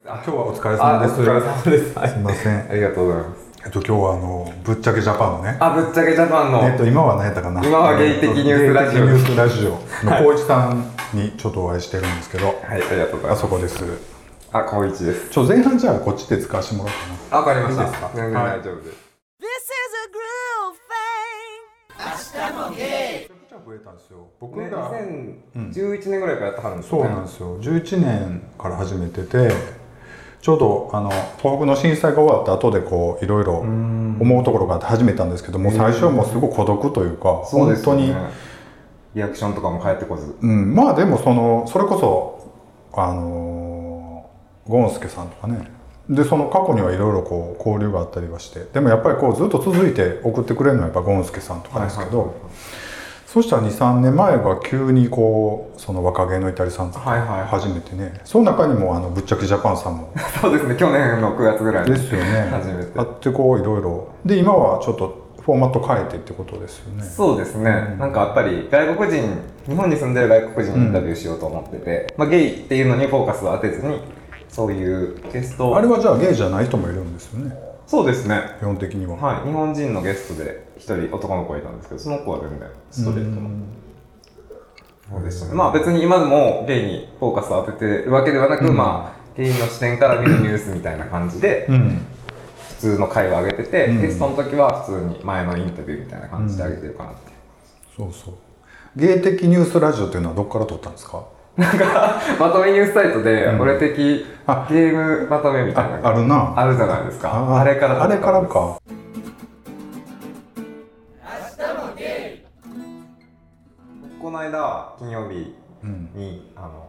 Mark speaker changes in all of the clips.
Speaker 1: 今日はお疲れ様です。す
Speaker 2: 様です。はい
Speaker 1: みません。
Speaker 2: ありがとうございます。
Speaker 1: えっと今日はあのぶっちゃけジャパンのね。
Speaker 2: あ、ぶっちゃけジャパンの。
Speaker 1: えっと今は何やったかな。
Speaker 2: 今はゲイ的ニュースラジオ
Speaker 1: ゲイ的ニュースラジオの高一さんにちょっとお会いしてるんですけど、
Speaker 2: はい、ありがとうござい
Speaker 1: あ
Speaker 2: ます。
Speaker 1: そこです。
Speaker 2: あ、高一です。
Speaker 1: ちょ前半じゃあこっちで使わせてもらおうかな。
Speaker 2: あ、わかりました。
Speaker 1: いいですか
Speaker 2: 全然大丈夫です。
Speaker 3: This is a groove thing.
Speaker 1: めちゃくちゃ増えたんですよ。僕
Speaker 2: ね、
Speaker 1: が、
Speaker 2: 2011年ぐらいからやってはるんです
Speaker 1: そう
Speaker 2: よね。
Speaker 1: なんですよ。11年から始めてて。ちょうどあの東北の震災が終わった後でこういろいろ思うところがあって始めたんですけどもう最初はもうすごい孤独というか、
Speaker 2: そうで
Speaker 1: 本
Speaker 2: す
Speaker 1: 当
Speaker 2: よね
Speaker 1: に
Speaker 2: リアクションとかも返ってこず。
Speaker 1: うん、まあでもそのそれこそあのーゴンスケさんとかねでその過去にはいろいろこう交流があったりはしてでもやっぱりこうずっと続いて送ってくれるのはやっぱゴンスケさんとかですけど、
Speaker 2: はい
Speaker 1: そしたら23年前が急にこうその若気の至りさんとか
Speaker 2: はいはい
Speaker 1: 初めてね、その中にもあのぶっちゃけジャパンさんも
Speaker 2: そうですね、去年の9月ぐらいに
Speaker 1: ですよね
Speaker 2: 初めて
Speaker 1: あ。ってこういろいろで今はちょっとフォーマット変えてってことですよね
Speaker 2: そうですね、なんかやっぱり外国人日本に住んでる外国人にインタビューしようと思ってて、まあ、ゲイっていうのにフォーカスを当てずにそういうゲスト
Speaker 1: あれはじゃあゲイじゃない人もいるんですよね
Speaker 2: そうですね
Speaker 1: 基本的には、
Speaker 2: はい、日本人のゲストで一人男の子がいたんですけどその子は全然ストレートのそうでしたねまあ別に今でもゲイにフォーカスを当ててるわけではなく、まあゲイの視点から見るニュースみたいな感じで
Speaker 1: うん
Speaker 2: 普通の会話を上げてて、
Speaker 1: うん
Speaker 2: でその時は普通に前のインタビューみたいな感じで上げてるかなって、
Speaker 1: そうそう。芸的ニュースラジオっていうのはどこから撮ったんですか？
Speaker 2: まとめニュースサイトで
Speaker 1: ん
Speaker 2: 俺的
Speaker 1: あ
Speaker 2: ゲームまとめみたいなの
Speaker 1: あ
Speaker 2: が
Speaker 1: るな。
Speaker 2: あるじゃないですかあれから
Speaker 1: あれからか。
Speaker 2: この間金曜日
Speaker 1: うん。
Speaker 2: にあの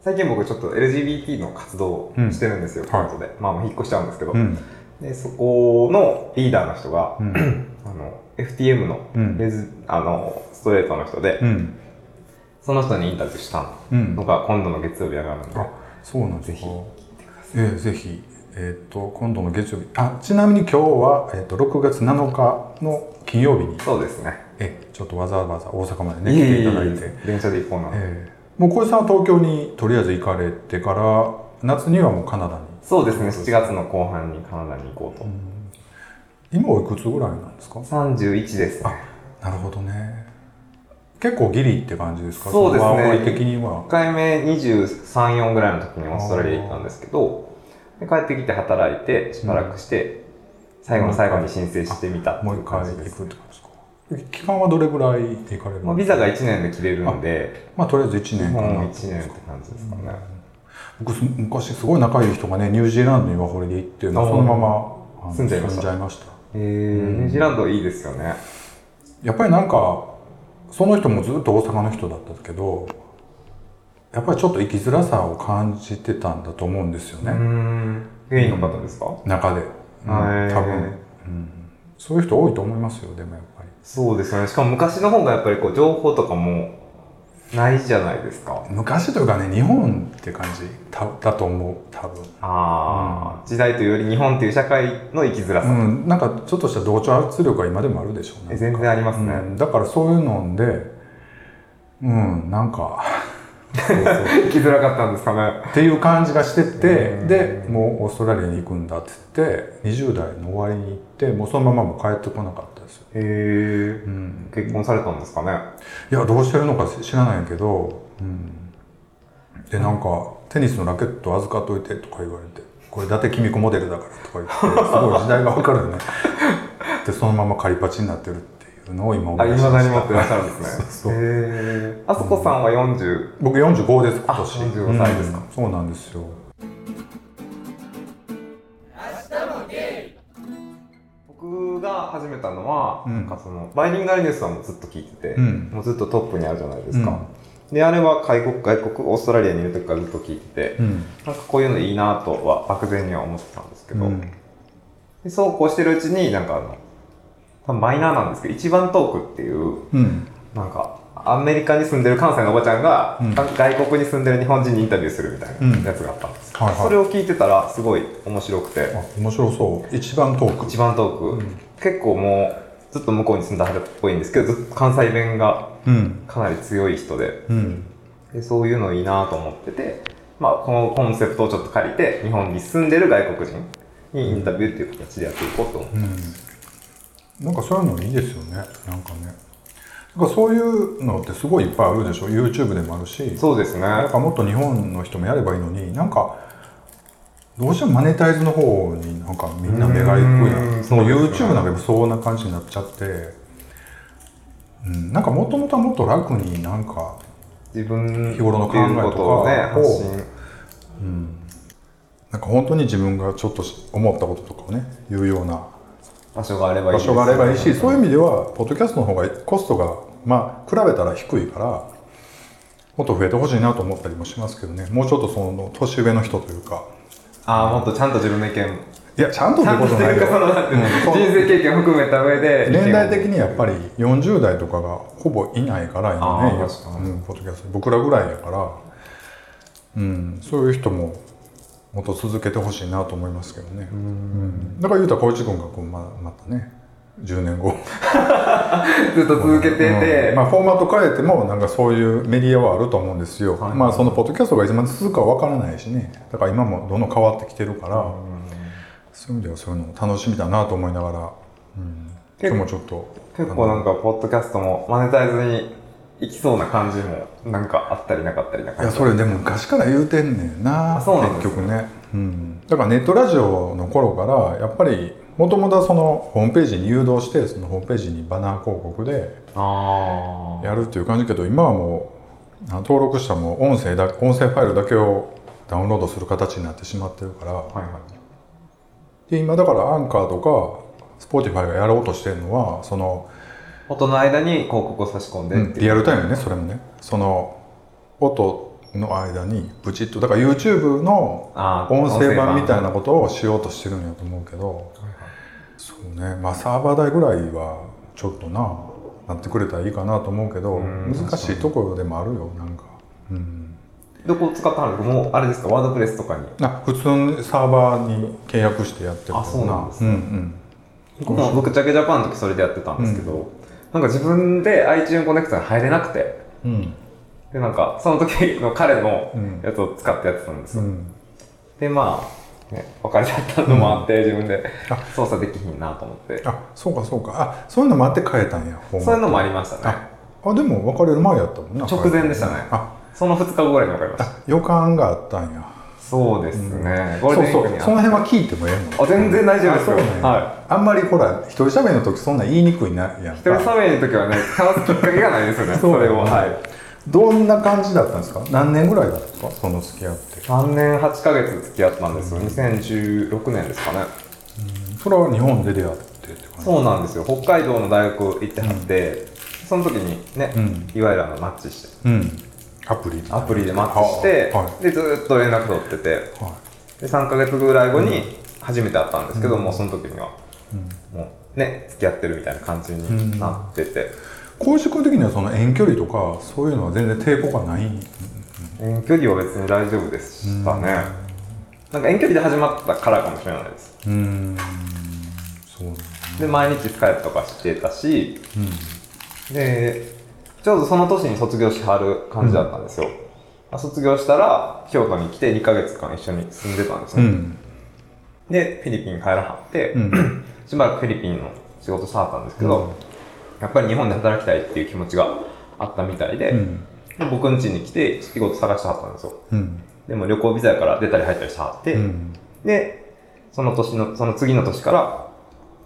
Speaker 2: 最近僕ちょっと LGBT の活動をしてるんですよ、
Speaker 1: ん
Speaker 2: 京都で、まあもう引っ越しちゃうんですけど、
Speaker 1: うん。
Speaker 2: でそこのリーダーの人が、
Speaker 1: うん。
Speaker 2: あの FTM の
Speaker 1: うん
Speaker 2: レズ、あのストレートの人で、
Speaker 1: うん。
Speaker 2: その人にインタビューした
Speaker 1: うん
Speaker 2: の。が今度の月曜日上がるので、
Speaker 1: あ、そうなんです
Speaker 2: ぜ
Speaker 1: か
Speaker 2: ひ。
Speaker 1: ええぜひ。えっ、と今度の月曜日。あ、ちなみに今日はえっ、と6月7日の金曜日に
Speaker 2: そうですね
Speaker 1: えちょっとわざわざ大阪まで
Speaker 2: い
Speaker 1: ね
Speaker 2: え
Speaker 1: 来
Speaker 2: いえ
Speaker 1: ていただいて。
Speaker 2: いえ電車で行こうな、
Speaker 1: ええもう小石さんは東京にとりあえず行かれてから夏にはもうカナダに。
Speaker 2: そうですね7月の後半にカナダに行こうと、
Speaker 1: 今おいくつぐらいなんですか？
Speaker 2: 31ですね
Speaker 1: なるほどね結構ギリって感じですか
Speaker 2: そうですね
Speaker 1: のワーホリ的には
Speaker 2: 1回目234ぐらいの時にオーストラリア行ったんですけどで帰ってきて働いてしばらくして、最後の最後に申請してみたって
Speaker 1: も
Speaker 2: いうう
Speaker 1: 一回行く
Speaker 2: 感じで
Speaker 1: って
Speaker 2: す
Speaker 1: ことですか期間はどれぐらいで行かれる
Speaker 2: まあ、ビザが1年で切れるんで
Speaker 1: まあとりあえず1
Speaker 2: 日
Speaker 1: 年か
Speaker 2: 本
Speaker 1: な
Speaker 2: 1年って感じですかね、
Speaker 1: 僕す昔すごい仲いい人がねニュージーランドにワーホリで行って、まあ、
Speaker 2: あー
Speaker 1: そのままあの
Speaker 2: 住んじゃいました
Speaker 1: 住んした
Speaker 2: えーニュージーランドいいですよね
Speaker 1: やっぱりなんかその人もずっと大阪の人だったけどやっぱりちょっと生きづらさを感じてたんだと思うんですよね、
Speaker 2: うんゲイの方ですか、
Speaker 1: 中で、うん
Speaker 2: はい
Speaker 1: 多分、うん、そういう人多いと思いますよでもやっぱり
Speaker 2: そうですよねしかも昔の方がやっぱりこう情報とかもないじゃないですか
Speaker 1: 昔というかね日本って感じただと思う多分
Speaker 2: ああ、時代というより日本という社会の生きづらさ、
Speaker 1: うんなんかちょっとした同調圧力が今でもあるでしょう
Speaker 2: え
Speaker 1: ね
Speaker 2: 全然ありますね、
Speaker 1: うんだからそういうのでうんなんか そうそう
Speaker 2: 生きづらかったんですかね
Speaker 1: っていう感じが して
Speaker 2: う
Speaker 1: て
Speaker 2: ん
Speaker 1: でもうオーストラリアに行くんだって言って20代の終わりに行ってもうそのままもう帰ってこなかったですよ、
Speaker 2: へえ、
Speaker 1: うん、
Speaker 2: 結婚されたんですかね
Speaker 1: いやどうしてるのか知らないけど、うん、でなんか「テニスのラケット預かっといて」とか言われて「これ伊達公子モデルだから」とか言ってすごい時代が分かるよねでそのままカリパチになってるっていうのを今思
Speaker 2: あ
Speaker 1: い出
Speaker 2: 今
Speaker 1: しま
Speaker 2: だに
Speaker 1: し
Speaker 2: 持ってら
Speaker 1: た
Speaker 2: っしゃるんですね
Speaker 1: そう
Speaker 2: へえあそこさんは40、
Speaker 1: 僕45です今年
Speaker 2: あ45歳ですか
Speaker 1: うんそうなんですよ
Speaker 2: 僕が始めたのは、
Speaker 1: うん
Speaker 2: なんかそのバイリンガルニュースはもうずっと聞いてて、
Speaker 1: うん
Speaker 2: もうずっとトップにあるじゃないですか、であれは外国外国オーストラリアにいる時からずっと聞いてて、
Speaker 1: うん
Speaker 2: なんかこういうのいいなとは漠然には思ってたんですけど、
Speaker 1: うん
Speaker 2: でそうこうしてるうちになんかあの多分マイナーなんですけど一番トークっていう
Speaker 1: うん
Speaker 2: なんかアメリカに住んでる関西のおばちゃんが、
Speaker 1: うん
Speaker 2: か外国に住んでる日本人にインタビューするみたい
Speaker 1: うん
Speaker 2: なやつがあったんです、
Speaker 1: はいはい
Speaker 2: それを聞いてたらすごい面白くて
Speaker 1: あ面白そう一番トーク
Speaker 2: 一番トーク、結構もうずっと向こうに住んだはるっぽいんですけどずっと関西弁が
Speaker 1: うん
Speaker 2: かなり強い人で
Speaker 1: うん
Speaker 2: でそういうのいいなと思ってて、まあ、このコンセプトをちょっと借りて、日本に住んでる外国人にインタビューっていう形でやっていこうと思う。
Speaker 1: うん、なんかそういうのいいですよねなんかねなんかそういうのってすごいいっぱいあるでしょ YouTube でもあるし
Speaker 2: そうですね。
Speaker 1: なんかもっと日本の人もやればいいのになんかどうしてもマネタイズの方になんかみんな目がいく
Speaker 2: う
Speaker 1: や
Speaker 2: ん
Speaker 1: んその
Speaker 2: そうですね
Speaker 1: YouTube なんかやっぱそんな感じになっちゃって、うん、なんかもともとはもっと楽になんか
Speaker 2: 自分
Speaker 1: 日頃の考えとか
Speaker 2: っていうことをね、
Speaker 1: を
Speaker 2: 発信。
Speaker 1: なんか本当に自分がちょっとし思ったこととかをね言うような
Speaker 2: 場所があればい
Speaker 1: 場
Speaker 2: いです
Speaker 1: 所
Speaker 2: ね
Speaker 1: があればいいしそういう意味ではポッドキャストの方がコストがまあ比べたら低いからもっと増えてほしいなと思ったりもしますけどねもうちょっとその年上の人というか
Speaker 2: ああ、もっとちゃんと自分の意見、
Speaker 1: いやちゃんとっ
Speaker 2: ち
Speaker 1: て
Speaker 2: ゃん
Speaker 1: ことと
Speaker 2: と
Speaker 1: ないいう
Speaker 2: か、
Speaker 1: よ
Speaker 2: その、なんていうの
Speaker 1: うんそう
Speaker 2: 人生経験含めた上で、
Speaker 1: 年代的
Speaker 2: 意見を
Speaker 1: にやっぱり40代とかがほぼいないから今ね
Speaker 2: あー確かに
Speaker 1: うんポッドキャスト僕らぐらいやから、うん、そういう人ももっと続けてほしいなと思いますけどね、うんだから言うたら光一君がこうままたね10年後
Speaker 2: ずっと続けてて、
Speaker 1: うんまあ、フォーマット変えてもなんかそういうメディアはあると思うんですよ、
Speaker 2: はい
Speaker 1: まあそのポッドキャストがいつまで続くかは分からないしねだから今もどんどん変わってきてるから、そういう意味ではそういうのを楽しみだなと思いながら、うん、今日もちょっと
Speaker 2: 結構なんか、ポッドキャストもマネタイズに行きそうな感じも、なんかあったりなかったりな感
Speaker 1: い
Speaker 2: じ。
Speaker 1: やそれでも昔から言うてんねんな
Speaker 2: あそうなんですね
Speaker 1: 結局ね、うん、だからネットラジオの頃からやっぱりもともとはそのホームページに誘導してそのホームページにバナー広告で
Speaker 2: ああ。
Speaker 1: やるっていう感じだけど今はもうあ登録したもう音声だ音声ファイルだけをダウンロードする形になってしまってるから、
Speaker 2: はいはい。
Speaker 1: で今だからアンカーとか Spotify がやろうとしてるのはその、
Speaker 2: 音の間に広告を差し込んで
Speaker 1: うん
Speaker 2: ってい
Speaker 1: リ
Speaker 2: う。
Speaker 1: アルタイムねそれもねその音の間にブチッとだから YouTube の
Speaker 2: あー
Speaker 1: 音声版みたいなことをしようとしてるんやと思うけどそうねまあサーバー代ぐらいはちょっとななってくれたらいいかなと思うけど
Speaker 2: うん
Speaker 1: 難しいところでもあるよなんかうん
Speaker 2: どこを使ったんですかもう、あれですか、ワードプレスとかに。
Speaker 1: あ普通にサーバーに契約してやってるから
Speaker 2: あそうなんです
Speaker 1: う
Speaker 2: ね
Speaker 1: んうん
Speaker 2: 僕も僕、ジャケジャパンの時それでやってたんですけど、なんか自分で iTunes コネクトに入れなくて、
Speaker 1: うん
Speaker 2: で、なんか、その時の彼の
Speaker 1: うん
Speaker 2: やつを使ってやってたんです
Speaker 1: う
Speaker 2: よ。
Speaker 1: ん
Speaker 2: で、まあ、ね、別れちゃったのもあって、自分で
Speaker 1: あ
Speaker 2: 操作できひんなと思って。
Speaker 1: あそうかそうかあそういうのもあって変えたんやホーム
Speaker 2: そういうのもありましたね。
Speaker 1: ああでも別れる前やったもんな
Speaker 2: 直前でしたね
Speaker 1: あ
Speaker 2: その2日後ぐらいに分かりました。
Speaker 1: 予感があったんや
Speaker 2: そうですね。ゴ
Speaker 1: そ
Speaker 2: ー
Speaker 1: う
Speaker 2: ルデンウィ
Speaker 1: そう
Speaker 2: ー
Speaker 1: そ
Speaker 2: クに
Speaker 1: の辺
Speaker 2: は。
Speaker 1: は聞いてもええの
Speaker 2: あ、全然大丈夫ですよ。
Speaker 1: あそうなんや
Speaker 2: は
Speaker 1: あんまりほら一人喋りの時そんなん言いにくいなやん
Speaker 2: い。一人喋りの時はね、話すきっかけがないですよね。
Speaker 1: そう
Speaker 2: それも。はい。
Speaker 1: どんな感じだったんですか何年ぐらいだったんですかその付き合って
Speaker 2: 3年8ヶ月付き合ったんですよ。2016年ですかね。
Speaker 1: それは日本で出会ってって感じ
Speaker 2: そうなんですよ。北海道の大学行ってはって、その時にね、
Speaker 1: うん
Speaker 2: いわゆるあのマッチして、
Speaker 1: うんアプリみたいな
Speaker 2: アプリでマッチして、
Speaker 1: は
Speaker 2: で、ずーっと連絡取ってて、
Speaker 1: い、は
Speaker 2: で、3ヶ月ぐらい後に初めて会ったんですけど、もうその時には、
Speaker 1: いうん、
Speaker 2: もうね、付き合ってるみたいな感じになってて。
Speaker 1: 公式的にはその遠距離とかそういうのは全然抵抗がない
Speaker 2: 遠距離は別に大丈夫でしたね、なんか遠距離で始まったからかもしれないです
Speaker 1: うんそうなんだ
Speaker 2: で毎日スカイプとかしてたし
Speaker 1: うん
Speaker 2: でちょうどその年に卒業しはる感じだったんですよ、まあ卒業したら京都に来て2ヶ月間一緒に住んでたんです
Speaker 1: う
Speaker 2: ね、
Speaker 1: ん
Speaker 2: でフィリピン帰らはって、
Speaker 1: うん
Speaker 2: しばらくフィリピンの仕事してはったんですけど、やっぱり日本で働きたいっていう気持ちがあったみたいで、
Speaker 1: うん
Speaker 2: で僕ん家に来て仕事探してはったんですよ
Speaker 1: うん
Speaker 2: でも旅行ビザやから出たり入ったりしてはって、
Speaker 1: うん
Speaker 2: で、その年の、その次の年か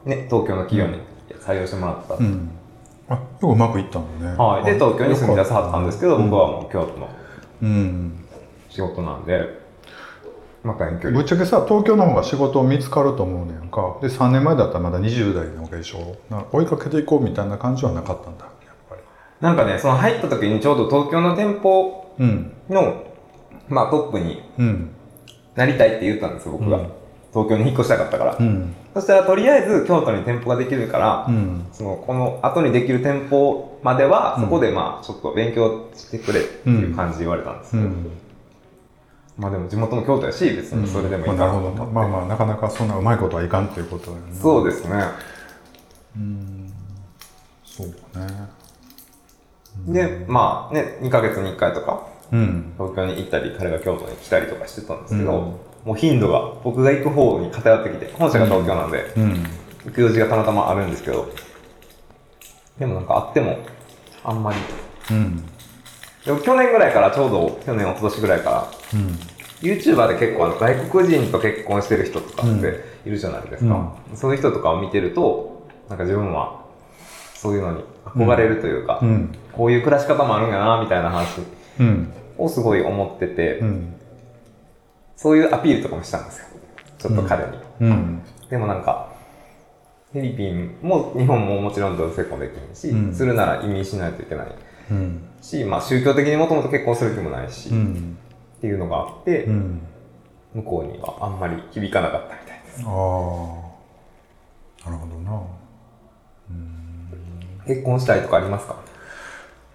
Speaker 2: ら、ね、東京の企業に採用してもらった。
Speaker 1: うんあよくうまくいったんだね
Speaker 2: はい。で、東京に住み出さはったんですけど、僕は
Speaker 1: も
Speaker 2: もう京都の
Speaker 1: うん、うん
Speaker 2: 仕事なんで、また遠距
Speaker 1: ぶっ
Speaker 2: 離。
Speaker 1: ちゃけさ東京の方が仕事見つかると思うねんかで3年前だったらまだ20代のわけでしょな追いかけていこうみたいな感じはなかったんだやっぱり
Speaker 2: なんかね、その入った時にちょうど東京の店舗
Speaker 1: うん
Speaker 2: の、まあトップに
Speaker 1: うん
Speaker 2: なりたいって言ったんですよ、僕が。
Speaker 1: うん
Speaker 2: 東京に引っ越したかったから。
Speaker 1: うん
Speaker 2: そしたら、とりあえず京都に店舗ができるから、
Speaker 1: うん
Speaker 2: そのこの後にできる店舗までは、
Speaker 1: うん
Speaker 2: そこでまあちょっと勉強してくれっていう感じで言われたんです
Speaker 1: う
Speaker 2: けど、
Speaker 1: ん
Speaker 2: まあでも地元も京都やし別にそれでもいい
Speaker 1: まあな
Speaker 2: かなと
Speaker 1: るほ
Speaker 2: 思って、
Speaker 1: どまあまあなかなかそんなうまいことはいかんということだよね
Speaker 2: そうですね、
Speaker 1: うんそうね
Speaker 2: でまあね2ヶ月に1回とか
Speaker 1: うん
Speaker 2: 東京に行ったり、彼が京都に来たりとかしてたんですけど、
Speaker 1: うん
Speaker 2: もう頻度が、僕が行く方に偏ってきて、本社が東京なんで、
Speaker 1: うん
Speaker 2: 行く用事がたまたまあるんですけど、でもなんかあっても、あんまり。
Speaker 1: うん
Speaker 2: でも去年ぐらいから、ちょうど去年、一昨年ぐらいから、
Speaker 1: うん
Speaker 2: YouTuber で結構あの外国人と結婚してる人とかっているじゃないですか、そういう人とかを見てるとなんか自分はそういうのに憧れるというか、
Speaker 1: うん
Speaker 2: こういう暮らし方もあるんやなみたいな話
Speaker 1: うん
Speaker 2: をすごい思ってて、
Speaker 1: うん
Speaker 2: そういうアピールとかもしたんですよちょっと彼に、
Speaker 1: うん
Speaker 2: でもなんかフィリピンも日本ももちろん同性婚できないし、
Speaker 1: うん
Speaker 2: するなら移民しないといけない
Speaker 1: うん
Speaker 2: し、まあ、宗教的にもともと結婚する気もないし、
Speaker 1: う
Speaker 2: っ
Speaker 1: ん
Speaker 2: ていうのがあって、
Speaker 1: うん
Speaker 2: 向こうにはあんまり響かなかったみたいです
Speaker 1: ああなるほどな
Speaker 2: 結婚したいとかありますか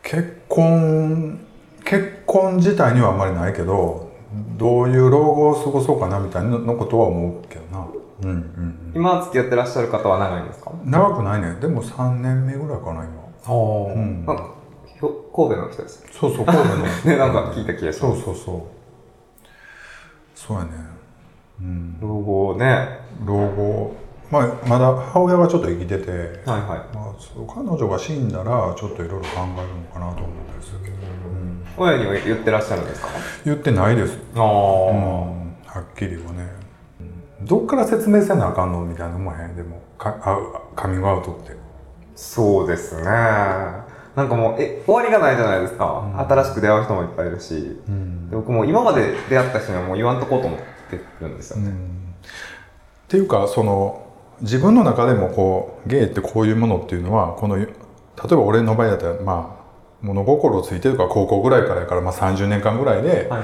Speaker 1: 結婚結婚自体にはあんまりないけどどういう老後を過ごそうかなみたいなのことは思うけどなうんうんうん
Speaker 2: 今付き合ってらっしゃる方は長いんですか
Speaker 1: 長くないねでも3年目ぐらいかな今
Speaker 2: ああ、
Speaker 1: うん
Speaker 2: なんかひょ神戸の人です
Speaker 1: そうそう神戸の
Speaker 2: ねなんか聞いた気がし
Speaker 1: そ
Speaker 2: ま
Speaker 1: う
Speaker 2: す
Speaker 1: そうそうそうやねうん
Speaker 2: 老後ねはい
Speaker 1: 老後、まあ、まだ母親がちょっと生きてて、
Speaker 2: はい
Speaker 1: まあ、そう彼女が死んだらちょっといろいろ考えるのかなと思ったりするけど、うん
Speaker 2: 親には言ってらっしゃるんですか
Speaker 1: 言ってないです
Speaker 2: ああ、
Speaker 1: うんはっきりはねうんどっから説明せなあかんのみたいなのもへんでもかあカミングアウトって
Speaker 2: そうですねなんかもうえ終わりがないじゃないですか、
Speaker 1: うん
Speaker 2: 新しく出会う人もいっぱいいるし
Speaker 1: うん
Speaker 2: で僕もう今まで出会った人にはもう言わんとこうと思ってるんですよ
Speaker 1: う
Speaker 2: ね、
Speaker 1: んっていうかその自分の中でもこうゲイってこういうものっていうのはこの例えば俺の場合だったらまあ物心ついてるから高校ぐらいからやから、まあ、30年間ぐらいで
Speaker 2: はいはい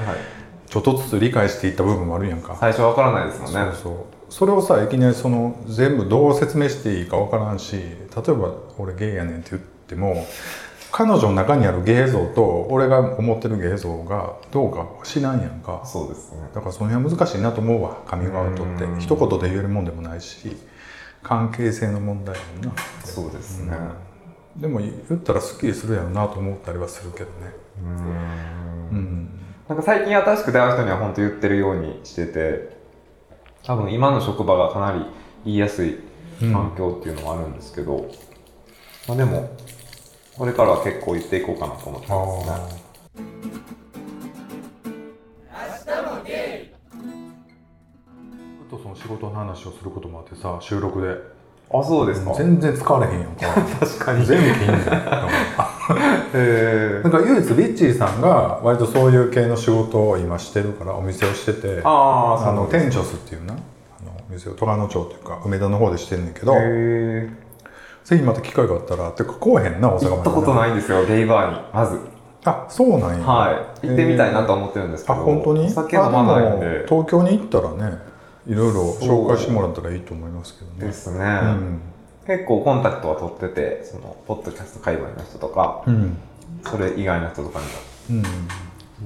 Speaker 1: ちょっとずつ理解していった部分もあるやんか、
Speaker 2: 最初わからないですもんね
Speaker 1: そうそうそれをさいきなりその全部どう説明していいかわからんし例えば「俺ゲイやねん」って言っても彼女の中にあるゲイ像と俺が思ってるゲイ像がどうか知らんやんか
Speaker 2: そうですね
Speaker 1: だからその辺は難しいなと思うわカミングアウトって
Speaker 2: うん
Speaker 1: 一言で言えるもんでもないし関係性の問題やんな
Speaker 2: そうですね、
Speaker 1: でも言ったらすっきりするやろなと思ったりはするけどね
Speaker 2: うん
Speaker 1: うん
Speaker 2: なんか最近新しく出会う人には本当言ってるようにしてて、多分今の職場がかなり言いやすい環境っていうのもあるんですけど、まあでも、これからは結構言っていこうかなと思ってますね。
Speaker 1: あとその仕事の話をすることもあってさ収録で
Speaker 2: あ、そうですか。
Speaker 1: 全然使われへんや んか
Speaker 2: 確かに。
Speaker 1: 全部禁止
Speaker 2: え
Speaker 1: なんか唯一リッチーさんが割とそういう系の仕事を今してるからお店をしててあ
Speaker 2: ああ、そ
Speaker 1: の
Speaker 2: の
Speaker 1: 店長スっていうなあのお店を虎野町っていうか梅田の方でしてるんだけど
Speaker 2: へ
Speaker 1: ぜひまた機会があったらてかこうへんな大
Speaker 2: え
Speaker 1: 阪まで
Speaker 2: 行ったことないんですよ、ゲイバーに。まず。
Speaker 1: あそうなんや
Speaker 2: はい。行ってみたいなとは思ってるんですけど、
Speaker 1: あ本当に
Speaker 2: お酒飲まないん
Speaker 1: あでも
Speaker 2: で。
Speaker 1: 東京に行ったらねいろいろ
Speaker 2: そう
Speaker 1: 紹介してもらったらいいと思いますけど
Speaker 2: で
Speaker 1: ね
Speaker 2: すね、
Speaker 1: うん
Speaker 2: 結構コンタクトは取ってて、その、ポッドキャスト界隈の人とか、
Speaker 1: うん、
Speaker 2: それ以外の人とかにも
Speaker 1: う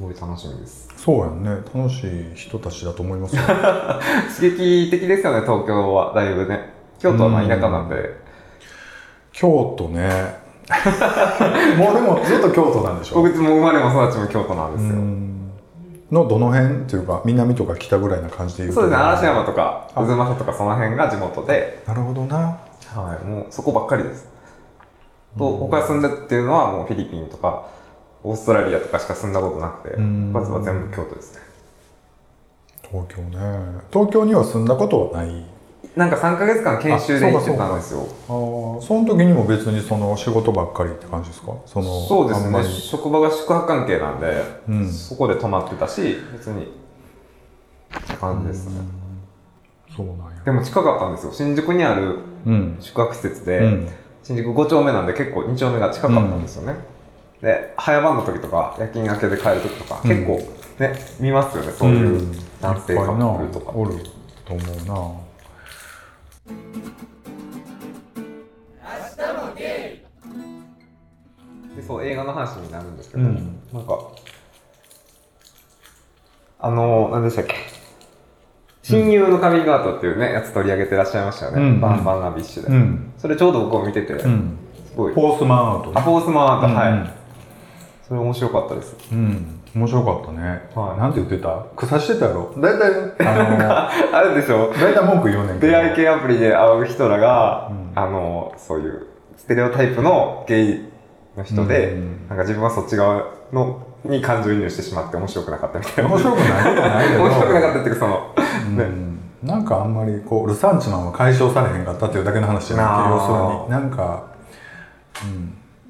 Speaker 1: ん、
Speaker 2: すごい楽しみです。
Speaker 1: そうやんね楽しい人たちだと思いますよ
Speaker 2: 刺激的ですよね、東京は。だいぶね。京都はまあ田舎なんで。
Speaker 1: 京都ね もうでもずっと京都なんでしょ
Speaker 2: 僕いつも生まれも育ちも京都なんですよ。
Speaker 1: うんのどの辺っていうか南とか北ぐらいな感じで言うと
Speaker 2: そうですね、嵐山とか、
Speaker 1: あ
Speaker 2: 渦政とかその辺が地元で、
Speaker 1: なるほどな
Speaker 2: はい、もうそこばっかりです。と、僕が住んでっていうのはもうフィリピンとか、オーストラリアとかしか住んだことなくて、
Speaker 1: うん
Speaker 2: まずは全部京都ですね。
Speaker 1: 東京ね東京には住んだことはない
Speaker 2: なんか3ヶ月間研修で行ってたんですよ。
Speaker 1: あーその時にも別にその仕事ばっかりって感じですかその
Speaker 2: そうで
Speaker 1: あ
Speaker 2: す
Speaker 1: んま
Speaker 2: ね
Speaker 1: り
Speaker 2: 職場が宿泊関係なんで、
Speaker 1: うん
Speaker 2: そこで泊まってたし別にって感じですね
Speaker 1: そうなんや
Speaker 2: でも近かったんですよ新宿にある
Speaker 1: うん
Speaker 2: 宿泊施設で、
Speaker 1: うん
Speaker 2: 新宿5丁目なんで結構2丁目が近かったんですよね、で早番の時とか夜勤明けで帰る時とか、
Speaker 1: うん
Speaker 2: 結構ね見ますよねそういう男性カップルとか、
Speaker 1: いっぱいなおると思
Speaker 2: でそう映画の話になるんですけ
Speaker 1: う
Speaker 2: ど、
Speaker 1: なうん
Speaker 2: なんか、あの何でしたっけ、親友のカミングアウトっていうね、やつ取り上げてらっしゃいましたよね、
Speaker 1: うん
Speaker 2: バンバンナビッシュで、
Speaker 1: うん、
Speaker 2: それちょうど僕も見てて、
Speaker 1: う
Speaker 2: す
Speaker 1: ん、
Speaker 2: ごい、
Speaker 1: フォースマンアウト
Speaker 2: あ、フォースマンアート、
Speaker 1: うん
Speaker 2: はい。それ面白かったです。
Speaker 1: うん面白かったね、
Speaker 2: はい
Speaker 1: なんて言ってた草してたやろ大体あ
Speaker 2: あるでし ょ
Speaker 1: の大体文句言うねんけど
Speaker 2: 出会い系アプリで会う人らが、
Speaker 1: うん
Speaker 2: あのそういうステレオタイプのゲイの人で、
Speaker 1: うん
Speaker 2: なんか自分はそっち側のに感情移入してしまって面白くなかったみたいな
Speaker 1: 面白くないことはないけど
Speaker 2: 面白くなかったっていうかそのね
Speaker 1: うんなんかあんまりこうルサンチマンは解消されへんかったっていうだけの話じゃなくて
Speaker 2: あ
Speaker 1: 要
Speaker 2: ー
Speaker 1: するになんか、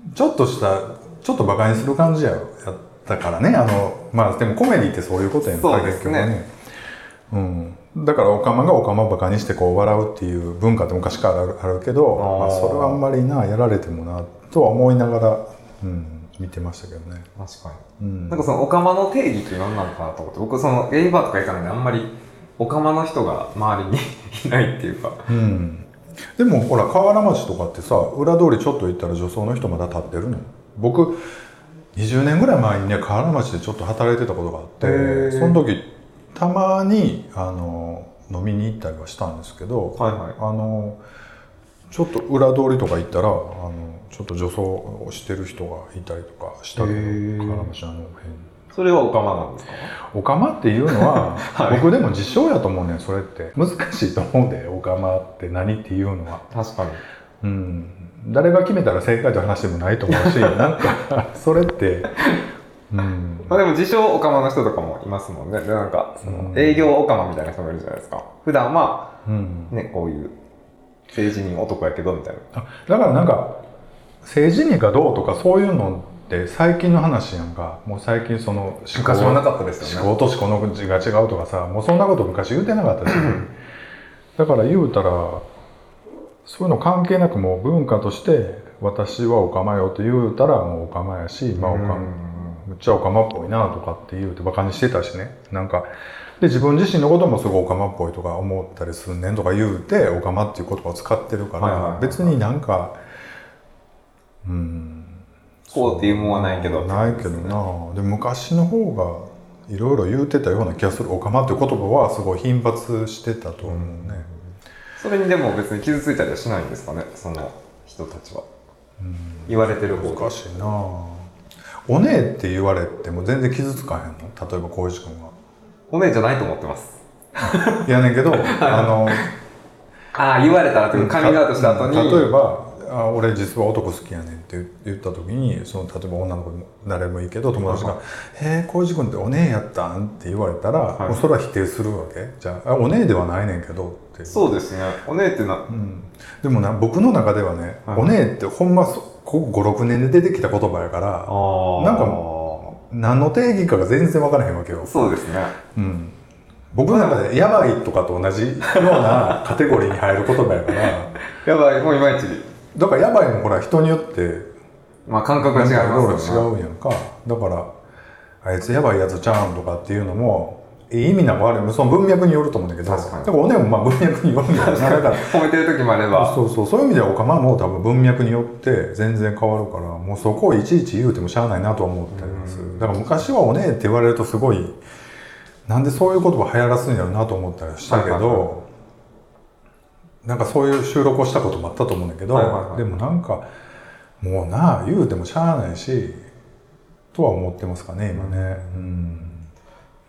Speaker 1: うん、ちょっとしたちょっとバカにする感じややったからねあのまあでもコメディってそういうことやんか
Speaker 2: そうですね
Speaker 1: うん、だからオカマがオカマバカにしてこう笑うっていう文化って昔からあるあるけど
Speaker 2: あー
Speaker 1: まあ、それはあんまりなやられてもなとは思いながら、うん、見てましたけどね。
Speaker 2: 確かに
Speaker 1: うん
Speaker 2: なんかそのオカマの定義って何なのかなと思って僕そのゲイバーとか行かないんであんまりオカマの人が周りにいないっていうか
Speaker 1: うん、でもほら河原町とかってさ裏通りちょっと行ったら女装の人まだ立ってるの僕20年ぐらい前にね河原町でちょっと働いてたことがあ
Speaker 2: へ
Speaker 1: って
Speaker 2: ー
Speaker 1: その時たまにあの飲みに行ったりはしたんですけど、
Speaker 2: はいはい
Speaker 1: あのちょっと裏通りとか行ったらあのちょっと女装をしてる人がいたりとかしたけ
Speaker 2: へ
Speaker 1: ど
Speaker 2: ー
Speaker 1: 河原町あの辺
Speaker 2: それはオカマなんですか
Speaker 1: オカマっていうのは、
Speaker 2: はい
Speaker 1: 僕でも自称やと思うねんそれって難しいと思うでオカマって何っていうのは
Speaker 2: 確かに
Speaker 1: うん、誰が決めたら正解という話でもないと思うしなんかそれって、うん、
Speaker 2: まあでも自称オカマの人とかもいますもんねでなんかその
Speaker 1: うん
Speaker 2: 営業オカマみたいな人もいるじゃないですか普段は
Speaker 1: うん
Speaker 2: ねこういう政治人男やけどみたいな
Speaker 1: あだからなんか政治にがどうとかそういうのって最近の話やんかもう最近その思考
Speaker 2: かったで
Speaker 1: 思考と思考の字が違うとかさもうそんなこと昔言うてなかったしだから言うたらそういうの関係なくもう文化として私はオカマよって言うたらもうオカマやしまあオカマむっちゃオカマっぽいなとかって言うてバカにしてたしねなんかで自分自身のこともすごいオカマっぽいとか思ったりすんねんとか言うてオカマっていう言葉を使ってるから、
Speaker 2: はいはいはい
Speaker 1: 別になんかうん
Speaker 2: こうっていうもんはないけど
Speaker 1: ないけどなで昔の方がいろいろ言うてたような気がするオカマっていう言葉はすごい頻発してたと思うね、
Speaker 2: それにでも別に傷ついたりはしないんですかねその人たちは言われてる方が
Speaker 1: 難しいなおねえって言われても全然傷つかへんの例えば浩一君は
Speaker 2: お姉じゃないと思ってます
Speaker 1: いやねんけ どあの
Speaker 2: ああ言われたらというかカミングアウトした後に
Speaker 1: うん例えばあ「俺実は男好きやねん」って言った時にその例えば女の子でも誰でもいいけど友達
Speaker 2: は
Speaker 1: が「えー、浩二君ってお姉やったん?」って言われたら、
Speaker 2: い
Speaker 1: もうそれは否定するわけじゃああ「お姉ではないねんけど」って
Speaker 2: そうですねお姉ってな
Speaker 1: うん、でもな僕の中ではね「
Speaker 2: はい
Speaker 1: お姉」ってほんまそここ56年で出てきた言葉やから
Speaker 2: あ
Speaker 1: なんか何の定義かが全然分からへんわけよ、
Speaker 2: そうですね
Speaker 1: うん、僕の中で「やばい」とかと同じようなカテゴリーに入る言葉やから
Speaker 2: やばいもういまいち
Speaker 1: だからやばいもほら人によって
Speaker 2: まあ感覚が違い
Speaker 1: なん
Speaker 2: ま
Speaker 1: か
Speaker 2: す
Speaker 1: 色
Speaker 2: よ
Speaker 1: 々
Speaker 2: ね
Speaker 1: 違うやんかだからあいつやばいやつちゃうんとかっていうのもいい意味なの悪い意味その文脈によると思うんだけど
Speaker 2: 確かに
Speaker 1: だからおねもまあ文脈によるんだよなだから
Speaker 2: 褒めてる時もあれば
Speaker 1: そうそうそういう意味ではおかまも多分文脈によって全然変わるからもうそこをいちいち言うてもしゃあないなとは思ってます
Speaker 2: うん
Speaker 1: だから昔は「おねえ」って言われるとすごいなんでそういう言葉流行らすんやろなと思ったりはしたけ
Speaker 2: はいはい
Speaker 1: どなんかそういう収録をしたこともあったと思うんだけど
Speaker 2: はいはいはい
Speaker 1: でもなんかもうなあ言うてもしゃあないしとは思ってますかね今ねうん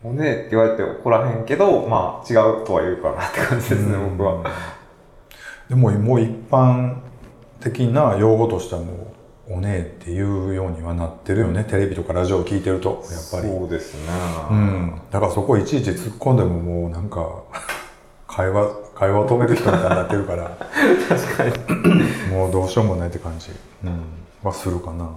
Speaker 2: お姉って言われて怒らへんけどまあ違うとは言うかなって感じですね
Speaker 1: うん
Speaker 2: 僕は
Speaker 1: でももう一般的な用語としてはもう「おねえ」っていうようにはなってるよねテレビとかラジオを聞いてるとやっぱりう、
Speaker 2: そうですね
Speaker 1: ん、だからそこいちいち突っ込んでももうなんか 会話会話を止める人みたいになってるから
Speaker 2: 確かに
Speaker 1: もうどうしようもないって感じ、うん、はするかな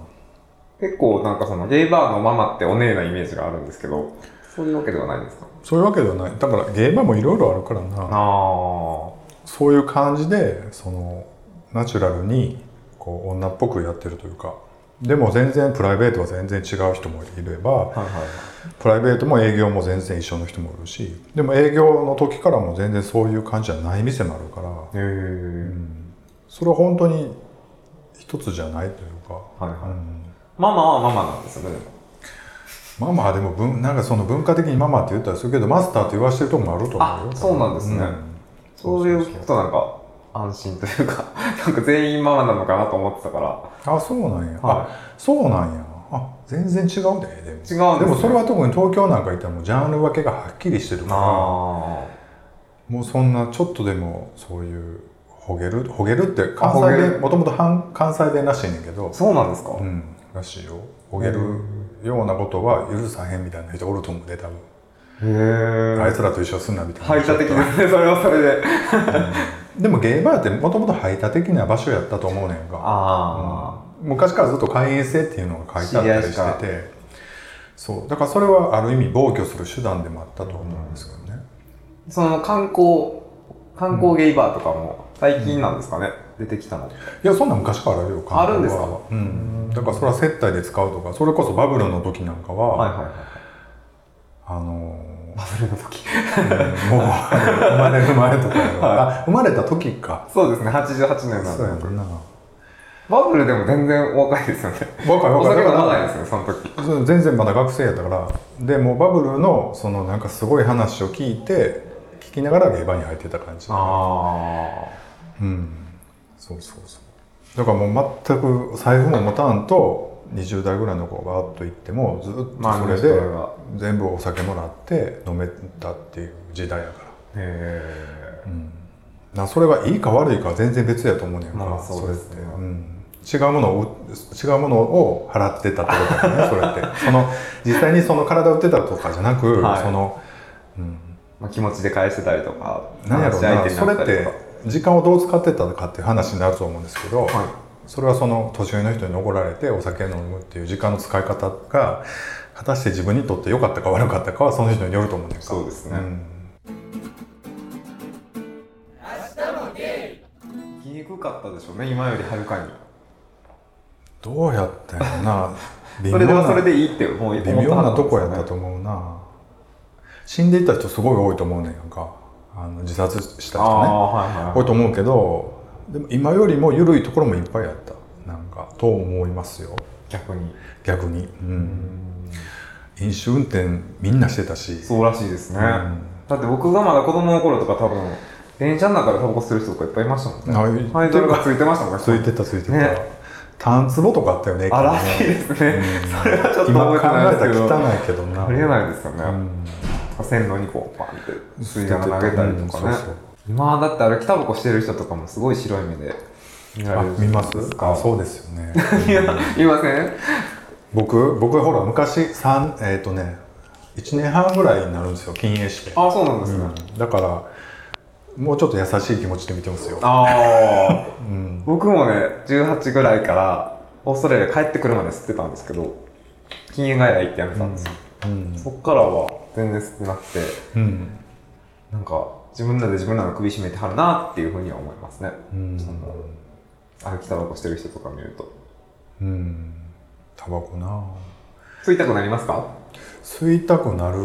Speaker 2: 結構なんかそのゲイバーのママってお姉なイメージがあるんですけどそういうわけではないんですか
Speaker 1: そういうわけではないだからゲームもいろいろあるからな
Speaker 2: あ
Speaker 1: そういう感じでそのナチュラルにこう女っぽくやってるというかでも全然プライベートは全然違う人もいれば
Speaker 2: あはいはい
Speaker 1: プライベートも営業も全然一緒の人もいるしでも営業の時からも全然そういう感じじゃない店もあるから
Speaker 2: へえ
Speaker 1: それは本当に一つじゃないというか、
Speaker 2: はいは
Speaker 1: う
Speaker 2: い
Speaker 1: ん、
Speaker 2: ママはママなんですよねでも
Speaker 1: ママはでも文なんかその文化的にママって言ったりするけどマスターって言わしてるとこもあると思うよ
Speaker 2: あそうなんですねそういうことなんか安心と いうかなんか全員ママなのかなと思ってたから
Speaker 1: あそうなんや、
Speaker 2: は
Speaker 1: あそうなんやあ全然違うんだねでも
Speaker 2: すね
Speaker 1: でもそれは特に東京なんか行ったらもうジャンル分けがはっきりしてるから
Speaker 2: あ
Speaker 1: もうそんなちょっとでもそういうほげるほげるって関
Speaker 2: あほげ
Speaker 1: 西
Speaker 2: る
Speaker 1: 弁もともと半関西弁らしいねんけど
Speaker 2: あそうなんですか、
Speaker 1: うんらしいよほげるようなことは許さへんみたいな人おると思うで多分
Speaker 2: へえ
Speaker 1: あいつらと一緒すんなみたいな
Speaker 2: 排他 的ですねそれはそれで
Speaker 1: でもゲイバーってもともと排他的な場所やったと思うねんか、
Speaker 2: あ
Speaker 1: うん昔からずっと会員制っていうのが書いてあったり
Speaker 2: 知り合
Speaker 1: し
Speaker 2: い
Speaker 1: ててそうだからそれはある意味防御する手段でもあったと思うんですけどね、
Speaker 2: その観光観光ゲイバーとかも最近なんですかね、出てきたの
Speaker 1: いやそんなん昔からあるよ韓国は
Speaker 2: あるんですか
Speaker 1: うん、だからそれは接待で使うとかそれこそバブルの時なんかは、
Speaker 2: はいはいはい
Speaker 1: あのー
Speaker 2: バブルの時
Speaker 1: うんもう生まれる前とかやろ、あ生まれた時か
Speaker 2: そうですね88年な
Speaker 1: そうや
Speaker 2: んで
Speaker 1: んな
Speaker 2: バブルでも全然お若いですよね
Speaker 1: 若い
Speaker 2: お
Speaker 1: 若い
Speaker 2: 酒
Speaker 1: だか
Speaker 2: が
Speaker 1: ら
Speaker 2: 長いですねその時
Speaker 1: そう全然まだ学生やったからでもうバブルのそのなんかすごい話を聞いて聞きながらゲーバーに入ってた感じ
Speaker 2: あ
Speaker 1: うんそうそうそうだからもう全く財布も持たんと20代ぐらいの子がバーッと行ってもずっ
Speaker 2: まあ
Speaker 1: とそれ
Speaker 2: そ
Speaker 1: で
Speaker 2: れは
Speaker 1: 全部お酒もらって飲めたっていう時代やから
Speaker 2: へえ
Speaker 1: なそれがいいか悪いかは全然別やと思うねんか、
Speaker 2: まあそうですね
Speaker 1: れって、うん、違うものを違うものを払ってたってことだ よねそれってその実際にその体売ってたとかじゃなく、
Speaker 2: はい
Speaker 1: その
Speaker 2: まあ、気持ちで返してたりとか
Speaker 1: なんやろうな
Speaker 2: 話し
Speaker 1: そ
Speaker 2: 相
Speaker 1: れっ
Speaker 2: 手になったり
Speaker 1: て
Speaker 2: とか
Speaker 1: 時間をどう使ってたかっていう話になると思うんですけど、
Speaker 2: はい
Speaker 1: それはその年上の人に怒られてお酒飲むっていう時間の使い方が果たして自分にとって良かったか悪かったかはその人によると思うねんか
Speaker 2: そうですね
Speaker 1: ん
Speaker 2: 聞きにくかったでしょうね今よりはるかに
Speaker 1: どうやったんやろな 微
Speaker 2: そ
Speaker 1: 妙
Speaker 2: れで
Speaker 1: な
Speaker 2: はそれでいいってもう思った
Speaker 1: 微妙なとこやったと思うな死んでいった人すごい多いと思うねんやんかあの自殺した
Speaker 2: あ
Speaker 1: 人ね
Speaker 2: あはいはい
Speaker 1: 多いと思うけどでも今よりも緩いところもいっぱいあったなんかと思いますよ
Speaker 2: 逆に
Speaker 1: 逆に、うん、飲酒運転みんなしてたし
Speaker 2: そうらしいですね、
Speaker 1: ん
Speaker 2: だって僕がまだ子供の頃とか多分電車の中でタバコ吸ってる人とかいっぱいいましたもんね
Speaker 1: あい
Speaker 2: ハイドルがついてましたもんね
Speaker 1: ついてたついてた、
Speaker 2: ね
Speaker 1: タンツボとかあったよね
Speaker 2: あらし
Speaker 1: 駅
Speaker 2: い
Speaker 1: にね
Speaker 2: ですね、それはちょっと
Speaker 1: 今考え
Speaker 2: 覚えてないです
Speaker 1: た
Speaker 2: けど
Speaker 1: ら汚いけどな
Speaker 2: ありえないですよね、
Speaker 1: うん
Speaker 2: 線路にこうパンって水が投げたりとかね、
Speaker 1: うんそうそう
Speaker 2: 今だって歩きタバコしてる人とかもすごい白い目で見ら
Speaker 1: あ
Speaker 2: れる
Speaker 1: 見 ます
Speaker 2: か
Speaker 1: あそうですよね
Speaker 2: いやいません
Speaker 1: 僕僕ほら昔三えっ、とね1年半ぐらいになるんですよ禁煙して、
Speaker 2: あそうなんですね、
Speaker 1: うんだからもうちょっと優しい気持ちで見てますよ
Speaker 2: ああ、僕もね18ぐらいからオーストラリア帰ってくるまで吸ってたんですけど禁煙外来行ってやめたんですよ、
Speaker 1: うん、
Speaker 2: そっからは全然吸ってなくて
Speaker 1: うん
Speaker 2: なんか自分らで自分らの首絞めてはるなっていうふうには思いますね、
Speaker 1: うん
Speaker 2: その歩きタバコしてる人とか見ると
Speaker 1: うん、タバコな
Speaker 2: 吸いたくなりますか
Speaker 1: 吸いたくなる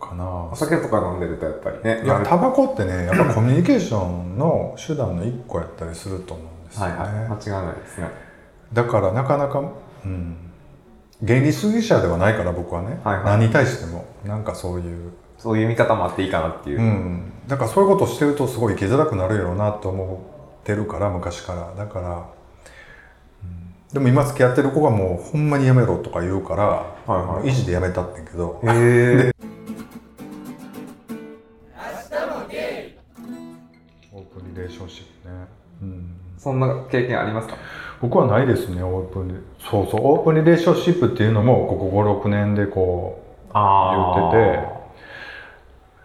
Speaker 1: かな
Speaker 2: お酒とか飲んでるとやっぱりね
Speaker 1: いや
Speaker 2: なる
Speaker 1: タバコってねやっぱコミュニケーションの手段の一個やったりすると思うんですよ
Speaker 2: はい
Speaker 1: ね、
Speaker 2: はい間違いないですね
Speaker 1: だからなかなか、うん、原理主義者ではないから僕はね、
Speaker 2: はいはい
Speaker 1: 何に対してもなんかそういう
Speaker 2: そういう見方もあっていいかなっていう、
Speaker 1: うん、だからそういうことしてるとすごい生きづらくなるよなと思ってるから昔からだから、うんでも今付き合ってる子がもうほんまにやめろとか言うから、
Speaker 2: はいはい
Speaker 1: もう維持でやめたってんけど
Speaker 2: へえ
Speaker 1: オープンリレーションシップね、うん、
Speaker 2: そんな経験ありますか
Speaker 1: 僕はないですねオープンリそうそうオープンリレーションシップっていうのもここ56年でこう
Speaker 2: あ
Speaker 1: 言ってて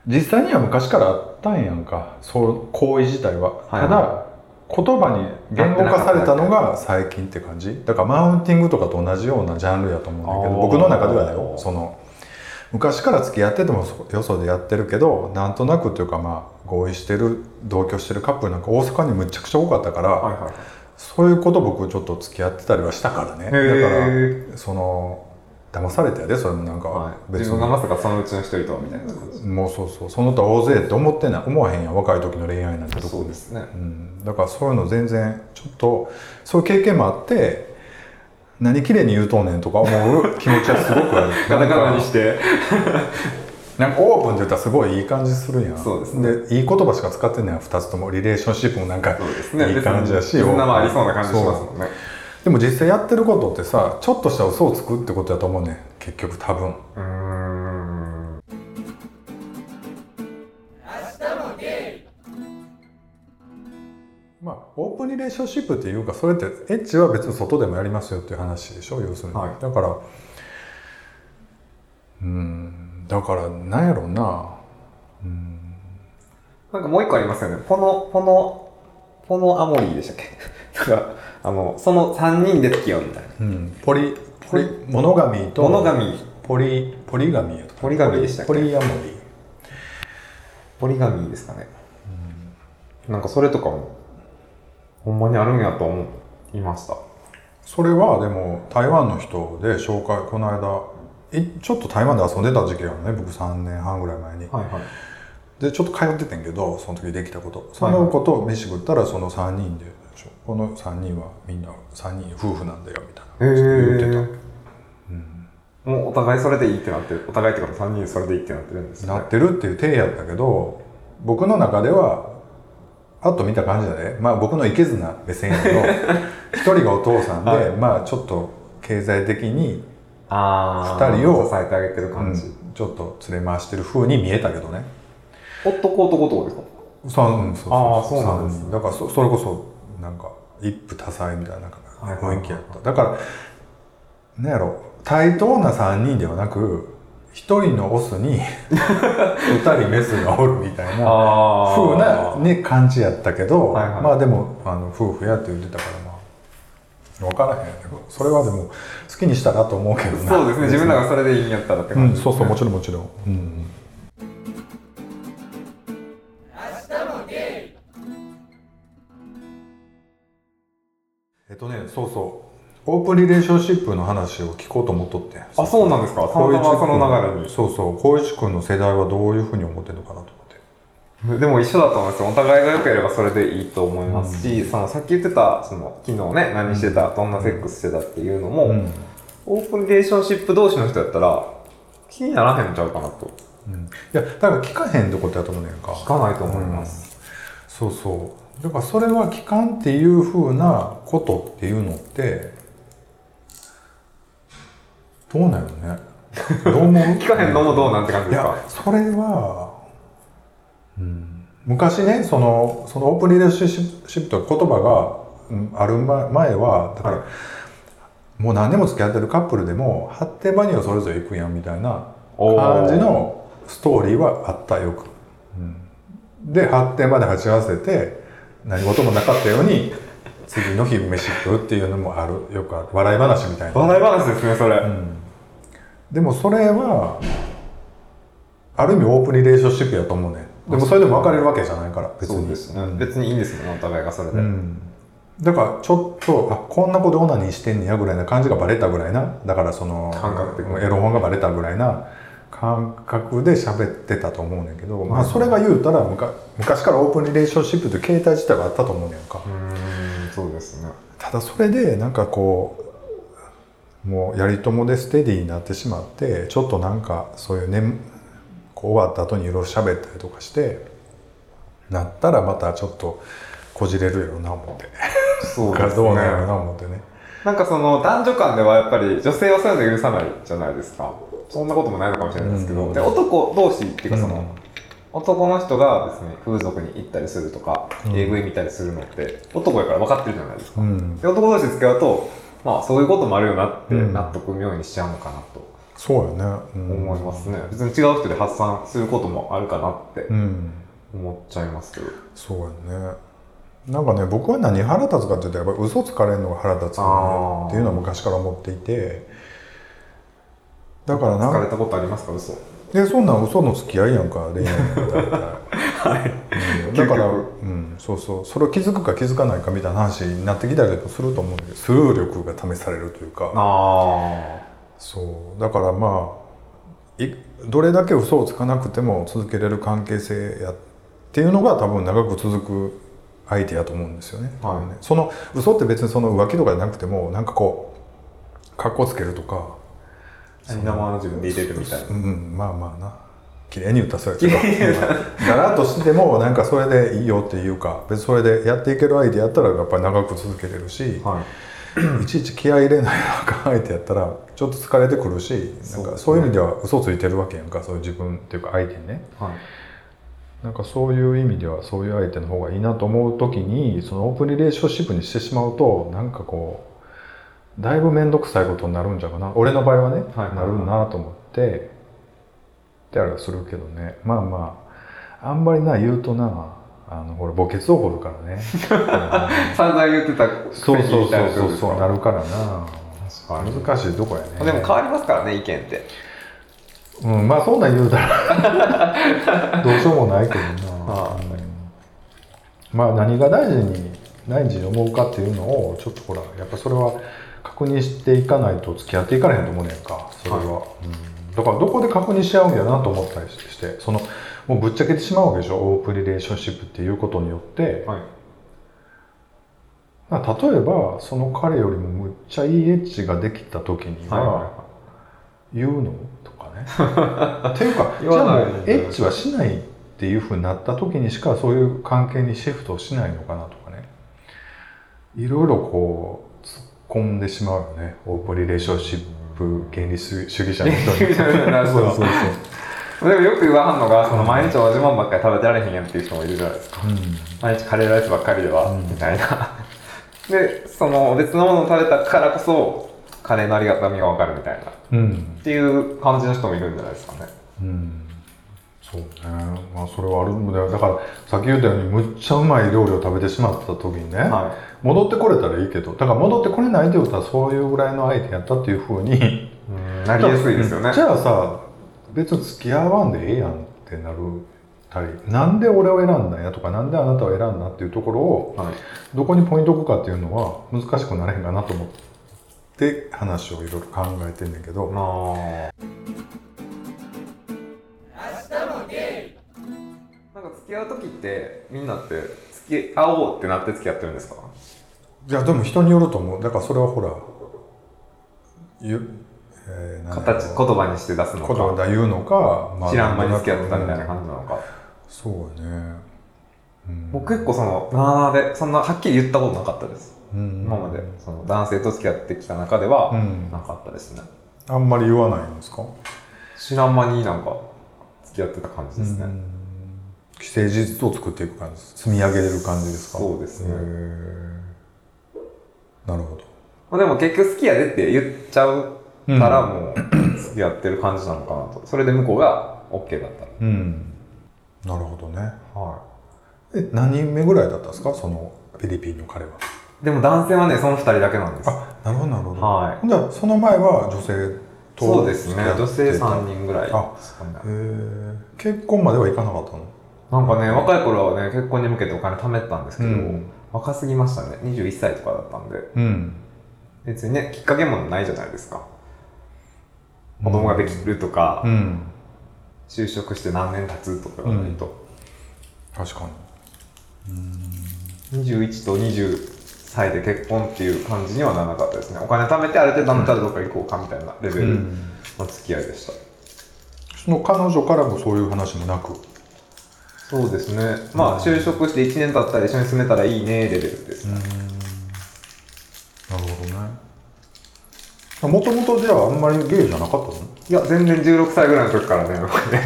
Speaker 1: 実際には昔からあったんやんかそう行為自体は、
Speaker 2: はい
Speaker 1: ただ言葉に言語化されたのが最近って感じだからマウンティングとかと同じようなジャンルやと思うんだけど
Speaker 2: あー
Speaker 1: 僕の中ではだよその昔から付き合っててもそよそでやってるけどなんとなくというかまあ合意してる同居してるカップルなんか大阪にむちゃくちゃ多かったから、
Speaker 2: はいはい
Speaker 1: そういうこと僕ちょっと付き合ってたりはしたからねだから
Speaker 2: へ
Speaker 1: その騙されたやでそれもなん
Speaker 2: は
Speaker 1: か
Speaker 2: い、自分がまさかそのうちの一人とはみたいな感じ
Speaker 1: もうそうそうその他大勢って思ってない思わへんやん若い時の恋愛なんてとこ
Speaker 2: そうですね
Speaker 1: うん、だからそういうの全然ちょっとそういう経験もあって何綺麗に言うとんねんとか思う気持ちはすごくある
Speaker 2: ガタガタ
Speaker 1: なん
Speaker 2: に
Speaker 1: か
Speaker 2: して
Speaker 1: なんかオープンって言ったらすごいいい感じするやん
Speaker 2: そうですね
Speaker 1: いい言葉しか使ってんねん2つともリレーションシップもなんか
Speaker 2: そうですね
Speaker 1: いい感じだし
Speaker 2: 別に絆もありそうな感じしますもんね
Speaker 1: だでも実際やってることってさちょっとした嘘をつくってことやと思うねん結局多分
Speaker 2: うーん。
Speaker 1: まあオープンリレーションシップっていうかそれってエッチは別に外でもやりますよっていう話でしょ要するに、
Speaker 2: はい
Speaker 1: だからうーんだからなんやろうな
Speaker 2: なんかもう一個ありますよね。ポノ、ポノ、ポノアモリーでしたっけ なんか、あの、その3人で付き合うみたいな。
Speaker 1: うんポリポリ
Speaker 2: ポリ
Speaker 1: 物神と
Speaker 2: モノガミ、
Speaker 1: ポリポリガミやとか
Speaker 2: ポリガミでしたっけ
Speaker 1: ポリアモリ
Speaker 2: ポリガミですかね。なんかそれとかも、ほんまにあるんやと思いました。
Speaker 1: それはでも台湾の人で紹介この間いちょっと台湾で遊んでた時期があるのね僕3年半ぐらい前に、
Speaker 2: はいはい。
Speaker 1: でちょっと通っててんけどその時できたことその子と飯食ったらその3人でこの3人はみんな3人夫婦なんだよみたいな
Speaker 2: へ
Speaker 1: 言ってた、
Speaker 2: ーもうお互いそれでいいってなってる。お互いっていうか3人それでいいってなってるんですよ
Speaker 1: な
Speaker 2: ね。
Speaker 1: ってるっていう体やったけど僕の中ではパッと見た感じだねまあ僕のいけずな目線やけ ど一人がお父さんで、
Speaker 2: はい
Speaker 1: まあちょっと経済的に、
Speaker 2: あ
Speaker 1: 二人を
Speaker 2: 支えてあげてる
Speaker 1: う
Speaker 2: 感
Speaker 1: ん
Speaker 2: じ。
Speaker 1: ちょっと連れ回してる風に見えたけどね
Speaker 2: 男男男ですか
Speaker 1: そううんそう
Speaker 2: あーそうなんです
Speaker 1: 三人だからそそれこそなんか一夫多妻みたいな
Speaker 2: はいはいはい
Speaker 1: 雰囲気やった、だからなんやろ対等な3人ではなく一人のオス に二人メスがおるみたいな
Speaker 2: あ
Speaker 1: ふうな、ね、感じやったけど、
Speaker 2: はいはい
Speaker 1: まあでもあの夫婦やって言ってたからまあ分からへんけどそれはでも好きにしたらと思うけどな
Speaker 2: そうですね、自分らがそれでいいんやったらって
Speaker 1: う
Speaker 2: 感
Speaker 1: ん、
Speaker 2: じ。
Speaker 1: そうそうもちろんもちろん、うん、えっとねそうそうオープンリレーションシップの話を聞こうと思っとって
Speaker 2: あ、そうなんですか。たまたまその流れ
Speaker 1: そうそう光一君の世代はどういうふうに思ってるのかなと思って
Speaker 2: に。でも一緒だと思いますよ。お互いが良ければそれでいいと思いますし、そのさっき言ってた、その昨日ね、何してた、どんなセックスしてたっていうのも、
Speaker 1: うん
Speaker 2: オープンリレーションシップ同士の人やったら、気にならへんちゃうかなと。
Speaker 1: うん、いやだから聞かへんってことやと思うねんか
Speaker 2: 聞かないと思います。
Speaker 1: そうそうだからそれは期間っていうふうなことっていうのってどうなのねどう思う
Speaker 2: 聞かへんのもどうなんて感じ
Speaker 1: い
Speaker 2: です
Speaker 1: や
Speaker 2: か。
Speaker 1: それは、うん、昔ねそのそのオープンリレーションシップという言葉がうんある前前はだから、
Speaker 2: は
Speaker 1: もう何年も付き合ってるカップルでも発展場にはそれぞれ行くやんみたいな感じのストーリーはあったよく、うん、で発展まで鉢合わせて何事もなかったように次の日飯食うっていうのもあるよくある笑い話みたいな、
Speaker 2: 笑い話ですね、それ。
Speaker 1: うん、でもそれはある意味オープンリレーションシップやと思うねでもそれでも別れるわけじゃないから別に
Speaker 2: そうですね、
Speaker 1: うん
Speaker 2: 別にいいんですよね、お互いがそれで。
Speaker 1: うんだからちょっとあこんなことオナニーしてんねやぐらいな感じがバレたぐらいなだからその
Speaker 2: 感覚的に
Speaker 1: エロ本がバレたぐらいな感覚で喋ってたと思うねんけど、ま
Speaker 2: は
Speaker 1: あ、
Speaker 2: い
Speaker 1: それが言うたらむか昔からオープンリレーションシップという形態自体はあったと思うねんか、
Speaker 2: うん、そうですね。
Speaker 1: ただそれでなんかこうもうやりともでステディになってしまってちょっとなんかそういう年こう終わった後にいろいろ喋ったりとかしてなったらまたちょっとこじれるやろな思って。
Speaker 2: そう
Speaker 1: が
Speaker 2: ですね。
Speaker 1: どうなんやろな思ってね
Speaker 2: なんかその男女間ではやっぱり女性はそういうの許さないじゃないですかそんなこともないのかもしれないですけど、
Speaker 1: うん
Speaker 2: で男同士っていうかその、
Speaker 1: うん
Speaker 2: 男の人がですね風俗に行ったりするとか、
Speaker 1: うん
Speaker 2: AV 見たりするのって男やから分かってるじゃないですか、
Speaker 1: うん
Speaker 2: で男同士で付き合うとまあそういうこともあるよなって
Speaker 1: うん
Speaker 2: 納得妙にしちゃうのかなと
Speaker 1: そうよね、うん
Speaker 2: 思いますね、別に違う人で発散することもあるかなって
Speaker 1: うん
Speaker 2: 思っちゃいますけど、
Speaker 1: そうやねなんかね僕は何腹立つかっていうとやっぱり嘘つかれるのが腹立つ
Speaker 2: あー
Speaker 1: なっていうのは昔から思っていてだから
Speaker 2: 疲
Speaker 1: な
Speaker 2: れたことありますか嘘
Speaker 1: でそんなん嘘の付き合いやんか恋愛なんか大体うんだから、
Speaker 2: 究
Speaker 1: うん、そうそうそれを気づくか気づかないかみたいな話になってきたりとかすると思うんだけどスルー力が試されるというか
Speaker 2: あ
Speaker 1: そうだからまあいどれだけ嘘をつかなくても続けれる関係性やっていうのが多分長く続く相手やと思うんですよね。
Speaker 2: はい
Speaker 1: 多分ねその嘘って別にその浮気とかじゃなくてもなんかこうかっこつけるとか、
Speaker 2: あ生の自分で入れるみたいな
Speaker 1: うんうん、まあまあな綺麗に歌そうやけどだらっとしてもなんかそれでいいよっていうか別にそれでやっていける相手やったらやっぱり長く続けれるし。
Speaker 2: はい
Speaker 1: いちいち気合い入れないなんか相手やったらちょっと疲れてくるしなんかそういう意味では嘘ついてるわけやんかそういう自分っていうか相手にね
Speaker 2: はい。
Speaker 1: なんかそういう意味ではそういう相手の方がいいなと思う時にそのオープンリレーションシップにしてしまうとなんかこうだいぶ面倒くさいことになるんじゃうかな俺の場合はね、
Speaker 2: はいはい
Speaker 1: なるなと思ってってあれはするけどねまあまああんまりな言うとなあのほら墓穴を掘るからね
Speaker 2: 散々言ってた
Speaker 1: そうそう
Speaker 2: みたい
Speaker 1: そ
Speaker 2: な
Speaker 1: うそう
Speaker 2: ことですか
Speaker 1: そうなるからな
Speaker 2: 確かに
Speaker 1: 難しいとこやね
Speaker 2: でも変わりますからね、意見って。
Speaker 1: うん、まあそんなん言うたらどうしようもないけどな、
Speaker 2: は
Speaker 1: うんまあ何が大事に大事に思うかっていうのをちょっとほらやっぱそれは確認していかないと付き合っていかれへんと思うねんかそれは、うんだからどこで確認し合うんやなと思ったりしてそのもうぶっちゃけてしまうわけでしょオープンリレーションシップっていうことによって、
Speaker 2: はい。
Speaker 1: まあ例えばその彼よりもむっちゃいいエッチができた時には、
Speaker 2: はい
Speaker 1: 言うのとかね っていうかじ
Speaker 2: 言わ
Speaker 1: ゃあも
Speaker 2: ないう
Speaker 1: エッチはしないっていうふうになった時にしかそういう関係にシフトしないのかなとかねいろいろこう突っ込んでしまうよねオープンリレーションシップ原理主義者の人に
Speaker 2: なるほど
Speaker 1: そうそう
Speaker 2: でもよく言わはんのが、その毎日おじもんばっかり食べてられへんやんっていう人もいるじゃないですか。
Speaker 1: そう、うん
Speaker 2: 毎日カレーライスばっかりでは、
Speaker 1: うん
Speaker 2: みたいな。 で、その別のものを食べたからこそ、カレーのありがたみがわかるみたいな。っ
Speaker 1: うん
Speaker 2: ていう感じの人もいるんじゃないですかね。
Speaker 1: うんそうねまあそれはあるんだよだからさっき言ったようにむっちゃうまい料理を食べてしまった時にね、
Speaker 2: は
Speaker 1: 戻ってこれたらいいけどだから戻ってこれないってことはそういうぐらいの相手やったっていうふう に
Speaker 2: い。なりやすいですよね。
Speaker 1: じゃあさ別に付き合わんでええやんってなるたりなんで俺を選んだんやとかなんであなたを選んだっていうところを
Speaker 2: はい。
Speaker 1: どこにポイント置くかっていうのは難しくなれへんかなと思って話をいろいろ考えてんだけど、
Speaker 2: まあ。なんか付き合う時ってみんなって付き合おうってなって付き合ってるんですか
Speaker 1: いやでも人によると思うだからそれはほらゆ、えーなんやろ
Speaker 2: 形言葉にして出すの
Speaker 1: 言葉
Speaker 2: か
Speaker 1: で言うのか、ま
Speaker 2: 知らん間に付き合ってたみたいな感じなのか、
Speaker 1: そうね、うん
Speaker 2: 僕結構そのなあなあでそんなはっきり言ったことなかったです、
Speaker 1: うん
Speaker 2: 今までその男性と付き合ってきた中では
Speaker 1: うん
Speaker 2: なかったですね、
Speaker 1: あんまり言わないんですか
Speaker 2: 知らん間になんか付き合ってた感じですね、
Speaker 1: うん既成事実を作っていく感じ積み上げれる感じですか
Speaker 2: そうですね
Speaker 1: へーなるほど
Speaker 2: まあ、でも結局好きやでって言っちゃうからもう付き合ってる感じなのかなと、それで向こうが OK だったら
Speaker 1: うんなるほどね
Speaker 2: は
Speaker 1: え何人目ぐらいだったんですかそのフィリピンの彼は
Speaker 2: でも男性はねその2人だけなんです
Speaker 1: あなるほどなるほど、
Speaker 2: は
Speaker 1: じゃあその前は女性と
Speaker 2: そうですね
Speaker 1: 付き合ってた
Speaker 2: 女性3人ぐらい
Speaker 1: あ
Speaker 2: ですかね
Speaker 1: へー結婚まではいかなかったの
Speaker 2: なんかね若い頃はね結婚に向けてお金貯めてたんですけど、
Speaker 1: うん
Speaker 2: 若すぎましたね21歳とかだったんで
Speaker 1: うん
Speaker 2: 別にねきっかけもないじゃないですか子供ができるとか、
Speaker 1: うん
Speaker 2: 就職して何年経つとかがないと、
Speaker 1: 確かに
Speaker 2: 21と20歳で結婚っていう感じにはならなかったですねお金貯めてある程度貯めたらどっか行こうかみたいなレベルの付き合いでした、
Speaker 1: その彼女からもそういう話もなく
Speaker 2: そうですねまあ就職して1年経ったら一緒に住めたらいいねレベルです、
Speaker 1: なるほどねもともとじゃああんまりゲイじゃなかったの
Speaker 2: いや、全然16歳ぐらいの時からね、僕ね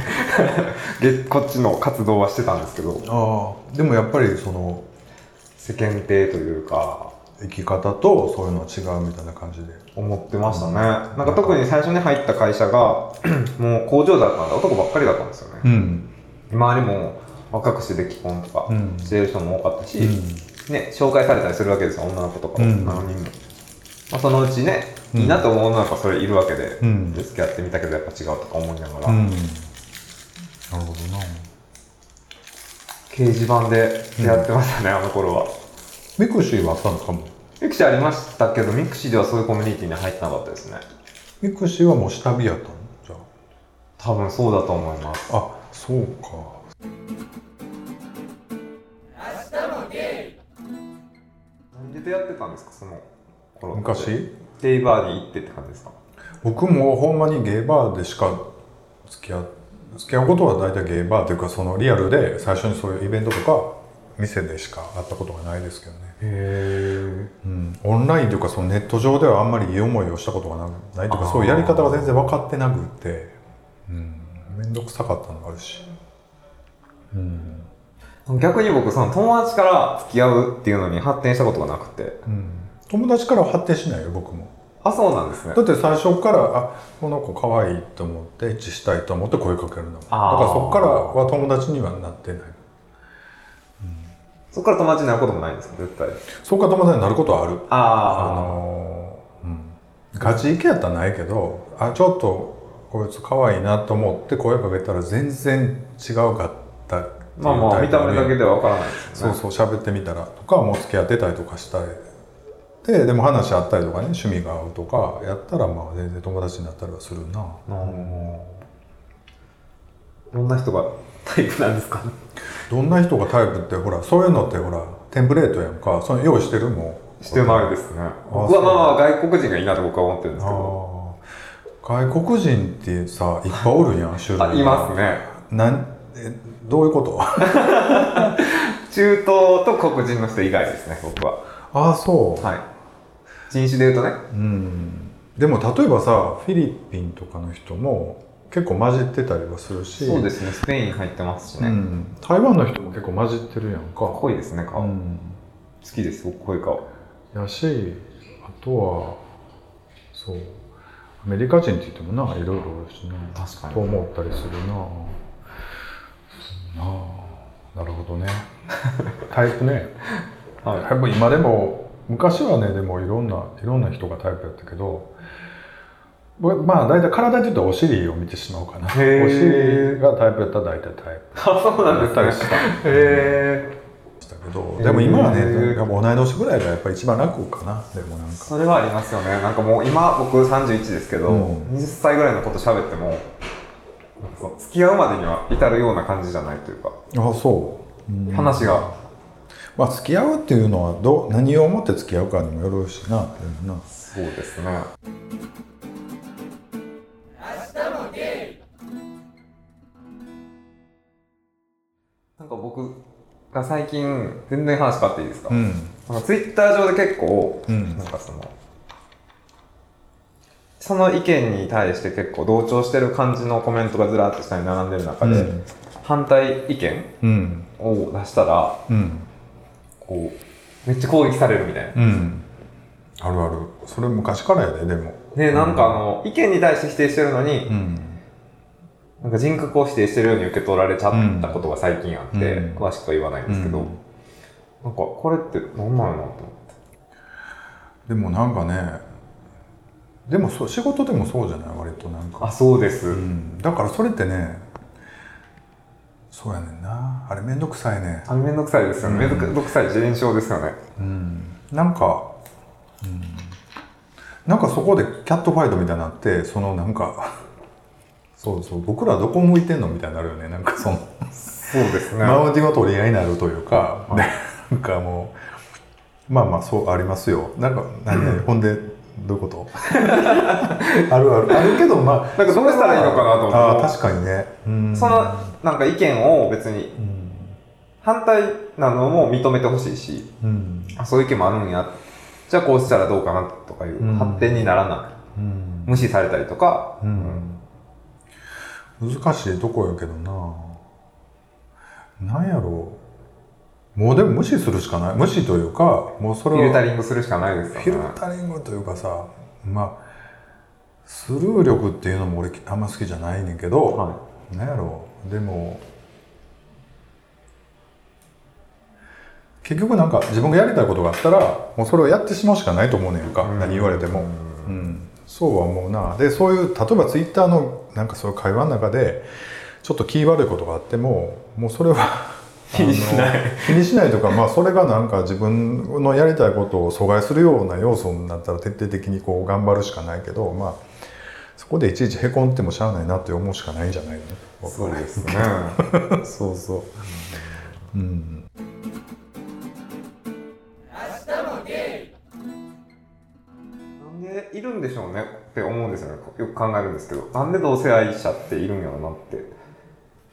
Speaker 2: で、 こっちの活動はしてたんですけど、
Speaker 1: ああでもやっぱりその
Speaker 2: 世間体というか、
Speaker 1: 生き方とそういうのは違うみたいな感じで
Speaker 2: 思ってましたね。なんか特に最初に入った会社が、 もう工場だったんで、男ばっかりだったんですよね。
Speaker 1: ん
Speaker 2: 周りも若くしてで既婚とか
Speaker 1: うん
Speaker 2: してる人も多かったし、
Speaker 1: うん
Speaker 2: ね、紹介されたりするわけですよ、女の子とかも、
Speaker 1: うん
Speaker 2: 何人も。まあ、そのうちね、いいなと思う女の子はそれいるわけで、
Speaker 1: うん
Speaker 2: で付き合ってみたけどやっぱ違うとか思いながら、
Speaker 1: うんなるほどな
Speaker 2: 掲示板で出会ってましたね、あの頃は。
Speaker 1: ミクシーはあったのかも
Speaker 2: ミクシーありましたけど、ミクシーではそういうコミュニティに入ってなかったですね。
Speaker 1: ミクシーはもう下火やったのじゃ
Speaker 2: 多分そうだと思います。
Speaker 1: ああそうか
Speaker 2: 何で出会ってたんですか、その頃って
Speaker 1: 昔
Speaker 2: ゲイバーに行ってって感じですか
Speaker 1: 僕もほんまにゲイバーでしか付き合う付き合うことは大体ゲイバーというかそのリアルで最初にそういうイベントとか店でしか会ったことがないですけどね、
Speaker 2: へ
Speaker 1: うん、オンラインというかそのネット上ではあんまりいい思いをしたことがなないという
Speaker 2: あ
Speaker 1: か
Speaker 2: ー
Speaker 1: そういうやり方が全然分かってなくてうん面倒、くさかったのがあるし、うん
Speaker 2: え逆に僕その友達から付き合うっていうのに発展したことがなくて
Speaker 1: うん、友達からは発展しないよ僕も
Speaker 2: あそうなんですね
Speaker 1: だって最初からあこの子可愛いと思ってエッチしたいと思って声かけるのだか
Speaker 2: あー
Speaker 1: らそこからは友達にはなってない
Speaker 2: そこから友達になることもないんですか絶対
Speaker 1: そこから友達になることはあるあ
Speaker 2: あ
Speaker 1: のーうん、ガチイケやったらないけどあちょっとこいつ可愛いなと思って声かけたら全然違うかったっていう
Speaker 2: まあまあ
Speaker 1: タイ
Speaker 2: 見
Speaker 1: プ
Speaker 2: た
Speaker 1: の
Speaker 2: 目だけではわからないです
Speaker 1: そ
Speaker 2: よ
Speaker 1: う
Speaker 2: ね
Speaker 1: そう喋ってみたらとかもう付き合ってたりとかしたりででも話あったりとかね趣味が合うとかやったらまあ全然友達になったりはするな
Speaker 2: うんどんな人がタイプなんですかね
Speaker 1: どんな人がタイプってほらそういうのってほらテンプレートやんかその用意してるもん
Speaker 2: してないですね僕
Speaker 1: そ
Speaker 2: は
Speaker 1: う
Speaker 2: まあまあ外国人がいいなと僕は思ってるんですけど
Speaker 1: あー外国人ってさいっぱいおるや ん種類が
Speaker 2: あいますね
Speaker 1: なんえどういうこと
Speaker 2: 中東と黒人の人以外ですね僕は
Speaker 1: ああそう、
Speaker 2: はい人種で言うとね
Speaker 1: うんでも例えばさフィリピンとかの人も結構混じってたりはするし
Speaker 2: そうですねスペイン入ってますしね、
Speaker 1: うん、台湾の人も結構混じってるやんか、
Speaker 2: 濃いですね
Speaker 1: う
Speaker 2: 顔、好
Speaker 1: ん、
Speaker 2: きです僕濃い顔
Speaker 1: やしあとはそうアメリカ人って言ってもないろいろおるしな
Speaker 2: 確かに
Speaker 1: と思ったりするなそうななるほどね タイプね
Speaker 2: はい
Speaker 1: やっぱ今でも昔はねでもいろんないろんな人がタイプやったけどぼまあ大体体で言うとお尻を見てしまうかなお
Speaker 2: へー
Speaker 1: 尻がタイプやったら大体タイプ
Speaker 2: あ そうな
Speaker 1: や
Speaker 2: んで
Speaker 1: っ
Speaker 2: す
Speaker 1: た
Speaker 2: ね
Speaker 1: りした
Speaker 2: へえ
Speaker 1: したけど
Speaker 2: へー
Speaker 1: でも今はねやっぱ同い年ぐらいがやっぱ一番楽かなでもなんか
Speaker 2: それはありますよねなんかもう今僕31ですけど、
Speaker 1: うん
Speaker 2: 20歳ぐらいのこと喋ってもなんかその付き合うまでには至るような感じじゃないというか、
Speaker 1: あそう、うん
Speaker 2: 話が
Speaker 1: まあ付き合うっていうのはどう何を思って付き合うかにもよるしなでもな
Speaker 2: そうですねなんか僕が最近全然話変わっていいですか、
Speaker 1: ん
Speaker 2: なんかツイッター上で結構、
Speaker 1: うん
Speaker 2: なんかそのその意見に対して結構同調してる感じのコメントがずらっと下に並んでる中で、
Speaker 1: うん
Speaker 2: 反対意見
Speaker 1: うん
Speaker 2: を出したら
Speaker 1: うん
Speaker 2: こうめっちゃ攻撃されるみたいな。
Speaker 1: うんあるあるそれ昔からやででも
Speaker 2: ね、なんかあの、意見に対して否定してるのに、
Speaker 1: うん
Speaker 2: なんか人格を否定してるように受け取られちゃったことが最近あって、
Speaker 1: うん
Speaker 2: 詳しくは言わないんですけど、
Speaker 1: うん
Speaker 2: なんかこれって何なのなと思って。
Speaker 1: でもなんかねでもそう仕事でもそうじゃない割となんか
Speaker 2: あ、そうです。
Speaker 1: うんだからそれってねそうやねんなあれめんどくさいね
Speaker 2: あれめんどくさいですよね。めんどくさい現象ですよね。
Speaker 1: うんなんか、うん、なんかそこでキャットファイトみたいになってそのなんか そうそう僕らどこ向いてんのみたいになるよねなんかその
Speaker 2: そうですね。
Speaker 1: マウンティングの取り合いになるというか、でなんかもうまあまあそうありますよなんか何々ほんでどういうこと あるあるあるけどまあ
Speaker 2: なんかどうしたらいいのかなと思って
Speaker 1: あー確かにねうん
Speaker 2: その、なんか意見を別に
Speaker 1: うん、
Speaker 2: 反対なのも認めてほしいし、
Speaker 1: うん
Speaker 2: あ、そういう意見もあるんや。じゃあこうしたらどうかなとかいう、
Speaker 1: うん
Speaker 2: 発展にならな
Speaker 1: う
Speaker 2: い。
Speaker 1: ん
Speaker 2: 無視されたりとか、
Speaker 1: うん、難しいとこやけどななんやろうもうでも無視するしかない無視というかもうそれ
Speaker 2: フ
Speaker 1: は
Speaker 2: ィルタリングするしかないですよね。
Speaker 1: フィルタリングというかさまあスルー力っていうのも俺あんま好きじゃないねんけど、
Speaker 2: は
Speaker 1: なんやろうでも結局なんか自分がやりたいことがあったらもうそれをやってしまうしかないと思うねんか、何言われても、うんそうは思うなでそういう例えばツイッターのなんかそういう会話の中でちょっと気悪いことがあってももうそれは
Speaker 2: 気にしない
Speaker 1: あの気にしないとか、まあ、それがなんか自分のやりたいことを阻害するような要素になったら徹底的にこう頑張るしかないけどまあそこでいちいちへこんでもしゃあないなって思うしかないんじゃないの
Speaker 2: そうですね。
Speaker 1: そうそう。うん。
Speaker 2: なんでいるんでしょうねって思うんですよね。よく考えるんですけど。なんで同性愛者っているんやろなって、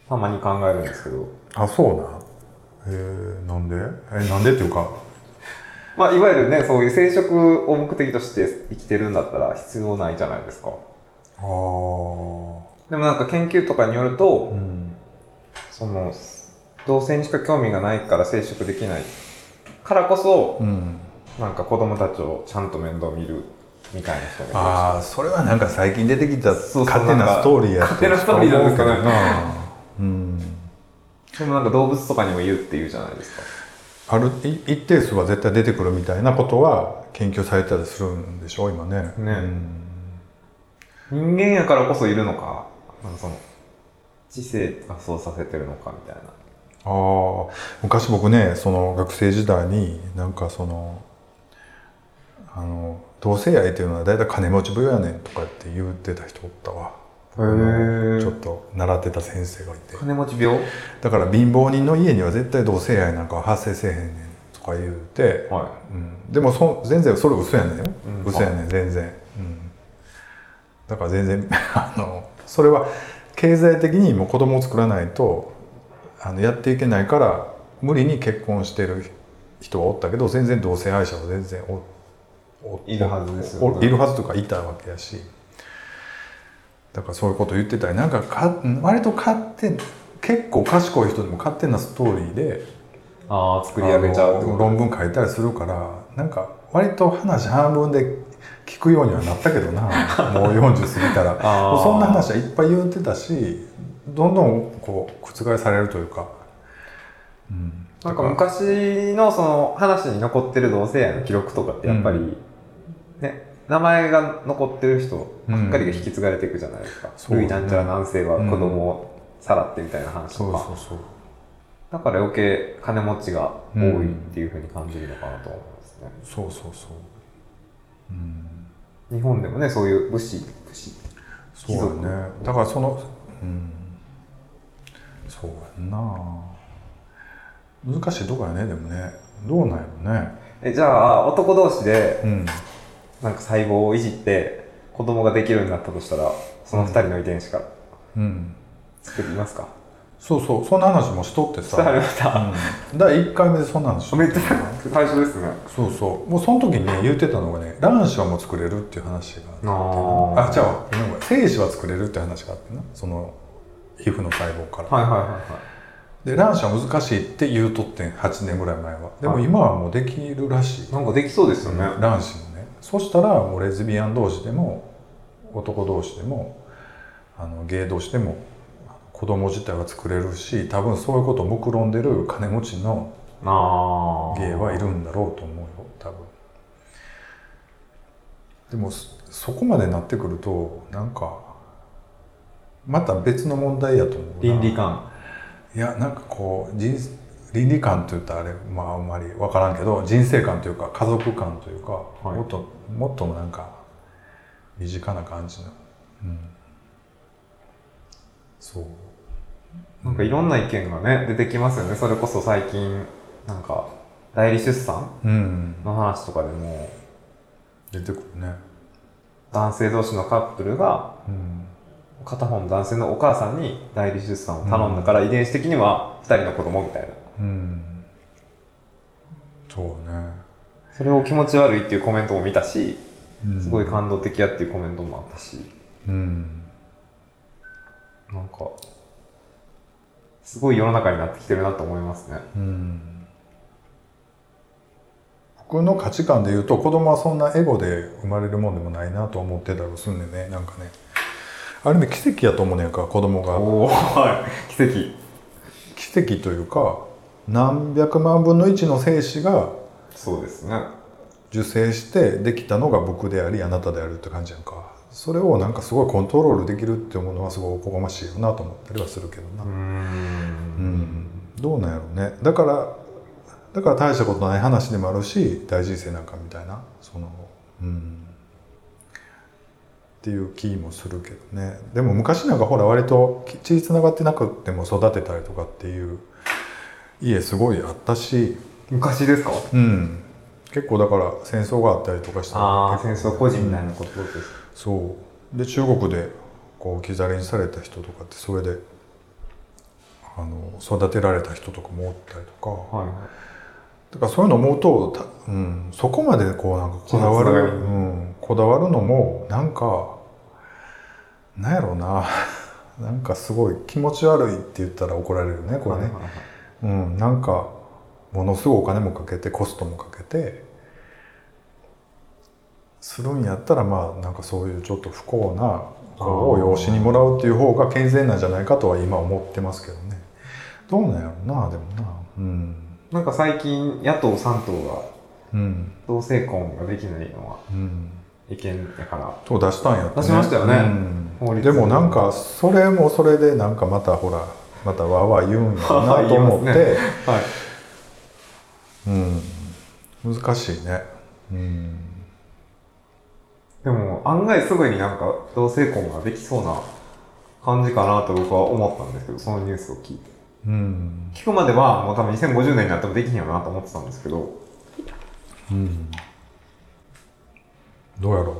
Speaker 2: たまに考えるんですけど。
Speaker 1: あ、そうな。ええー、なんでえなんでっていうか
Speaker 2: まあ、いわゆるね、そういう生殖を目的として生きてるんだったら必要ないじゃないですか。
Speaker 1: ああ
Speaker 2: でもなんか研究とかによると、
Speaker 1: うん
Speaker 2: その、同性にしか興味がないから生殖できないからこそ、
Speaker 1: うん
Speaker 2: なんか子供たちをちゃんと面倒見るみたいな人がいま
Speaker 1: ああそれはなんか最近出てきた
Speaker 2: そうそう
Speaker 1: 勝手なストーリーやと
Speaker 2: なんか勝手なストーリーなんですかね
Speaker 1: しか思うけどなうん
Speaker 2: した。でもなんか動物とかにも言うって言うじゃないですか。
Speaker 1: あるい一定数は絶対出てくるみたいなことは研究されたりするんでしょう今ね
Speaker 2: ね人間やからこそいるのか、なんかその、知性がそうさせてるのかみたいな。
Speaker 1: ああ昔僕ねその学生時代になんかそのあの同性愛っていうのは大体金持ちぶよやねんとかって言ってた人おったわ
Speaker 2: へえ
Speaker 1: ちょっと習ってた先生がいて
Speaker 2: 金持ち病
Speaker 1: だから貧乏人の家には絶対同性愛なんかは発生せえへんねんとか言うて、
Speaker 2: は
Speaker 1: うん、でもそ全然それ嘘やねんよ、
Speaker 2: うん
Speaker 1: 嘘やねん全然、うん、だから全然 あのそれは経済的にもう子供を作らないとあのやっていけないから無理に結婚してる人はおったけど全然同性愛者は全然おお
Speaker 2: い。いるはずです
Speaker 1: お
Speaker 2: よ、
Speaker 1: おいるはずとかいたわけやしだからそういうこと言ってたりなんかか割と勝手に結構賢い人でも勝手なストーリーで
Speaker 2: ああ、作り上げちゃうって
Speaker 1: あ
Speaker 2: こ
Speaker 1: の
Speaker 2: と
Speaker 1: 論文書いたりするからなんか割と話半分で聞くようにはなったけ どなもう40過ぎたら
Speaker 2: あー
Speaker 1: そんな話はいっぱい言ってたしどんどんこう覆されるというか、うん、
Speaker 2: なんか
Speaker 1: だら
Speaker 2: 昔のその話に残ってる同性愛の記録とかってやっぱり、
Speaker 1: うん
Speaker 2: ね、名前が残ってる人ばっかりが引き継がれていくじゃないですか。
Speaker 1: そう
Speaker 2: ルイなんちゃら何世は
Speaker 1: うん
Speaker 2: 子供をさらってみたいな話
Speaker 1: そ
Speaker 2: と
Speaker 1: う
Speaker 2: か。
Speaker 1: そうそう
Speaker 2: だから余計金持ちが多いっていうふうに感じるのかなと思いますね。
Speaker 1: そうそうそう、うん、
Speaker 2: 日本でもね、そういう武士、武士。
Speaker 1: そうだねだからそのうんそうやんな難しいとこやねでもねどうなんやろね
Speaker 2: え、じゃあ男同士で
Speaker 1: うん
Speaker 2: なんか細胞をいじって子供ができるようになったとしたら、その二人の遺伝子から
Speaker 1: うん
Speaker 2: 作りますか、
Speaker 1: そうそうそんな話もしとってさ
Speaker 2: 伝わりました。
Speaker 1: うん第1回目でそんな話しとっ
Speaker 2: め
Speaker 1: て
Speaker 2: っちゃ最初ですね。
Speaker 1: そうそうもうその時にね言ってたのがね卵子はもう作れるっていう話が
Speaker 2: あ
Speaker 1: あじゃあごめんごめん精子は作れるって話があってなその皮膚の細胞から、
Speaker 2: はいはいはいはい。
Speaker 1: で卵子は難しいって言うとってん8年ぐらい前はでも
Speaker 2: はい
Speaker 1: 今はもうできるらしい
Speaker 2: なんかできそうですよね。
Speaker 1: 卵子もねそしたらもうレズビアン同士でも男同士でもあのゲイ同士でも子供自体は作れるし多分そういうことを目論んでる金持ちの
Speaker 2: あ
Speaker 1: ゲイはいるんだろうと思うよ多分でもそそこまでなってくるとなんかまた別の問題やと思うな
Speaker 2: 倫理観。
Speaker 1: いやなんかこう人倫理観といったらあれ、まあ、あんまり分からんけど人生観というか家族観というか、
Speaker 2: はい
Speaker 1: もっともっとなんか身近な感じの、うん、そう
Speaker 2: なんかいろんな意見がね、出てきますよね。それこそ最近、なんか、代理出産
Speaker 1: うん
Speaker 2: の話とかでも、
Speaker 1: 出てくるね、
Speaker 2: 男性同士のカップルが、
Speaker 1: うん、
Speaker 2: 片方の男性のお母さんに代理出産を頼んだから、遺伝子的には二人の子供みたいな。
Speaker 1: うん、そうね、
Speaker 2: それを気持ち悪いっていうコメントも見たし、
Speaker 1: うん
Speaker 2: すごい感動的やっていうコメントもあったし、
Speaker 1: うん、
Speaker 2: なんか、すごい世の中になってきてるなと思いますね。
Speaker 1: うん、僕の価値観で言うと子供はそんなエゴで生まれるもんでもないなと思ってたりするんでねなんかねある意味奇跡やと思うねんか子供が
Speaker 2: おお、はい。奇跡。
Speaker 1: 奇跡というか何百万分の1の精子が
Speaker 2: そうですね。
Speaker 1: 受精してできたのが僕でありあなたであるって感じやんかそれをなんかすごいコントロールできるって思うのはすごいおこがましいよなと思ったりはするけどな、
Speaker 2: うー。
Speaker 1: うんん、どうなんやろうねだからだから大したことない話でもあるし大人生なんかみたいなそのうんっていう気もするけどねでも昔なんかほら割とき血つながってなくても育てたりとかっていう家すごいあったし、
Speaker 2: 昔ですか
Speaker 1: うん、結構だから戦争があったりとかした
Speaker 2: ああ、戦
Speaker 1: 結構
Speaker 2: 争孤児みたいなことです。
Speaker 1: そうで中国でこう置き去りにされた人とかってそれであの育てられた人とかもおったりとか、
Speaker 2: はい
Speaker 1: だからそういうの思うと、たうん、そこまでこうなんかこだわ
Speaker 2: そうで
Speaker 1: る、
Speaker 2: すね
Speaker 1: うん、こだわるのもなんかなんやろうな なんかすごい気持ち悪いって言ったら怒られるねこれね、
Speaker 2: はいはい
Speaker 1: うん、なんかものすごいお金もかけてコストもかけてするんやったらまあなんかそういうちょっと不幸な子を養子にもらうっていう方が健全なんじゃないかとは今思ってますけどねどうなんやろうなでもなうん
Speaker 2: なんか最近野党3党が
Speaker 1: うん
Speaker 2: 同性婚ができないのは
Speaker 1: うん
Speaker 2: 違憲だから
Speaker 1: と出したんやって、
Speaker 2: 出しましたよね
Speaker 1: うん
Speaker 2: 法律
Speaker 1: でもなんかそれもそれでなんかまたほらまたわーわー言うんやろうなと思っ
Speaker 2: 言いま
Speaker 1: て、
Speaker 2: はい
Speaker 1: うん難しいねうん
Speaker 2: でも案外すぐになんか同性婚ができそうな感じかなと僕は思ったんですけどそのニュースを聞いて
Speaker 1: うん
Speaker 2: 聞くまではもう多分2050年になってもできへんよなと思ってたんですけど
Speaker 1: うんどうやろ